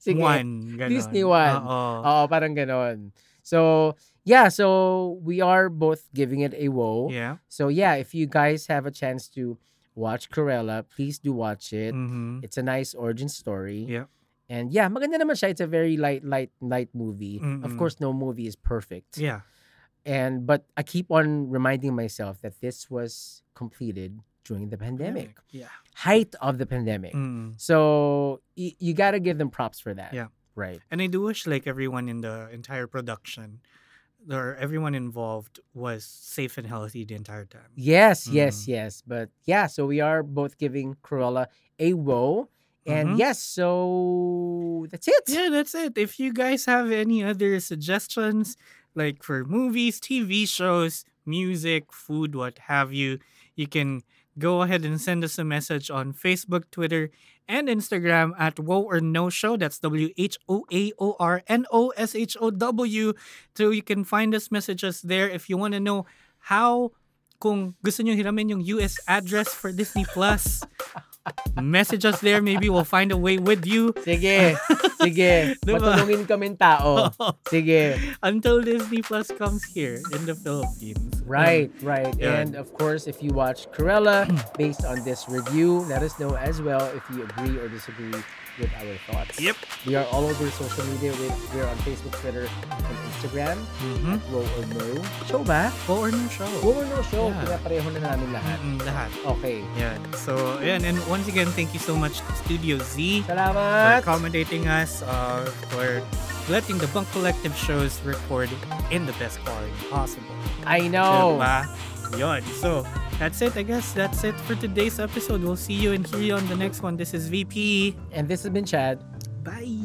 Speaker 1: Sige.
Speaker 2: One. Ganon.
Speaker 1: Disney One.
Speaker 2: Oo.
Speaker 1: Oo, parang ganon. So, yeah, so we are both giving it a woe.
Speaker 2: Yeah.
Speaker 1: So, yeah, if you guys have a chance to watch Corella, please do watch it.
Speaker 2: Mhm.
Speaker 1: It's a nice origin story.
Speaker 2: Yeah.
Speaker 1: And yeah, maganda naman siya. It's a very light, light, light movie. Of
Speaker 2: Mm-mm.
Speaker 1: course, no movie is perfect.
Speaker 2: Yeah.
Speaker 1: And but I keep on reminding myself that this was completed during the pandemic,
Speaker 2: Yeah.
Speaker 1: height of the pandemic.
Speaker 2: Mm.
Speaker 1: So y- you got to give them props for that.
Speaker 2: Yeah.
Speaker 1: Right.
Speaker 2: And I do wish like everyone in the entire production or everyone involved was safe and healthy the entire time.
Speaker 1: Yes, yes, yes. But yeah, so we are both giving Cruella a woe. And
Speaker 2: Mhm.
Speaker 1: yes, so that's it.
Speaker 2: Yeah, that's it. If you guys have any other suggestions, like for movies, TV shows, music, food, what have you, you can go ahead and send us a message on Facebook, Twitter, and Instagram at Woe or No Show. That's W H O A O R N O S H O W. So you can find us messages there if you want to know how. Kung gusto nyo hiramin yung US address for Disney Plus, message us there. Maybe we'll find a way with you.
Speaker 1: (laughs) Sige, sige.
Speaker 2: Diba?
Speaker 1: Matulungin kaming (laughs) tao. Sige.
Speaker 2: until Disney Plus comes here in the Philippines. Um,
Speaker 1: Right, right.
Speaker 2: yeah.
Speaker 1: And of course, if you watch (clears throat) Corella based on this review, let us know as well if you agree or disagree with our thoughts.
Speaker 2: Yep.
Speaker 1: We are all over social media. We- We're on Facebook, Twitter, and Instagram.
Speaker 2: Mm-hmm.
Speaker 1: Go or no. Show ba?
Speaker 2: Go or no show.
Speaker 1: Go or no show.
Speaker 2: Yeah.
Speaker 1: Pinapareho na namin lahat.
Speaker 2: Mm-mm, lahat.
Speaker 1: Okay.
Speaker 2: Yeah. So, ayan. And once again, thank you so much to Studio Z for
Speaker 1: Salamat!
Speaker 2: accommodating us, uh, for letting the Bunk Collective shows record in the best quality possible.
Speaker 1: I know.
Speaker 2: Diba? Yun. So, that's it. I guess that's it for today's episode. We'll see you and hear you on the next one. This is VP.
Speaker 1: And this has been Chad.
Speaker 2: Bye.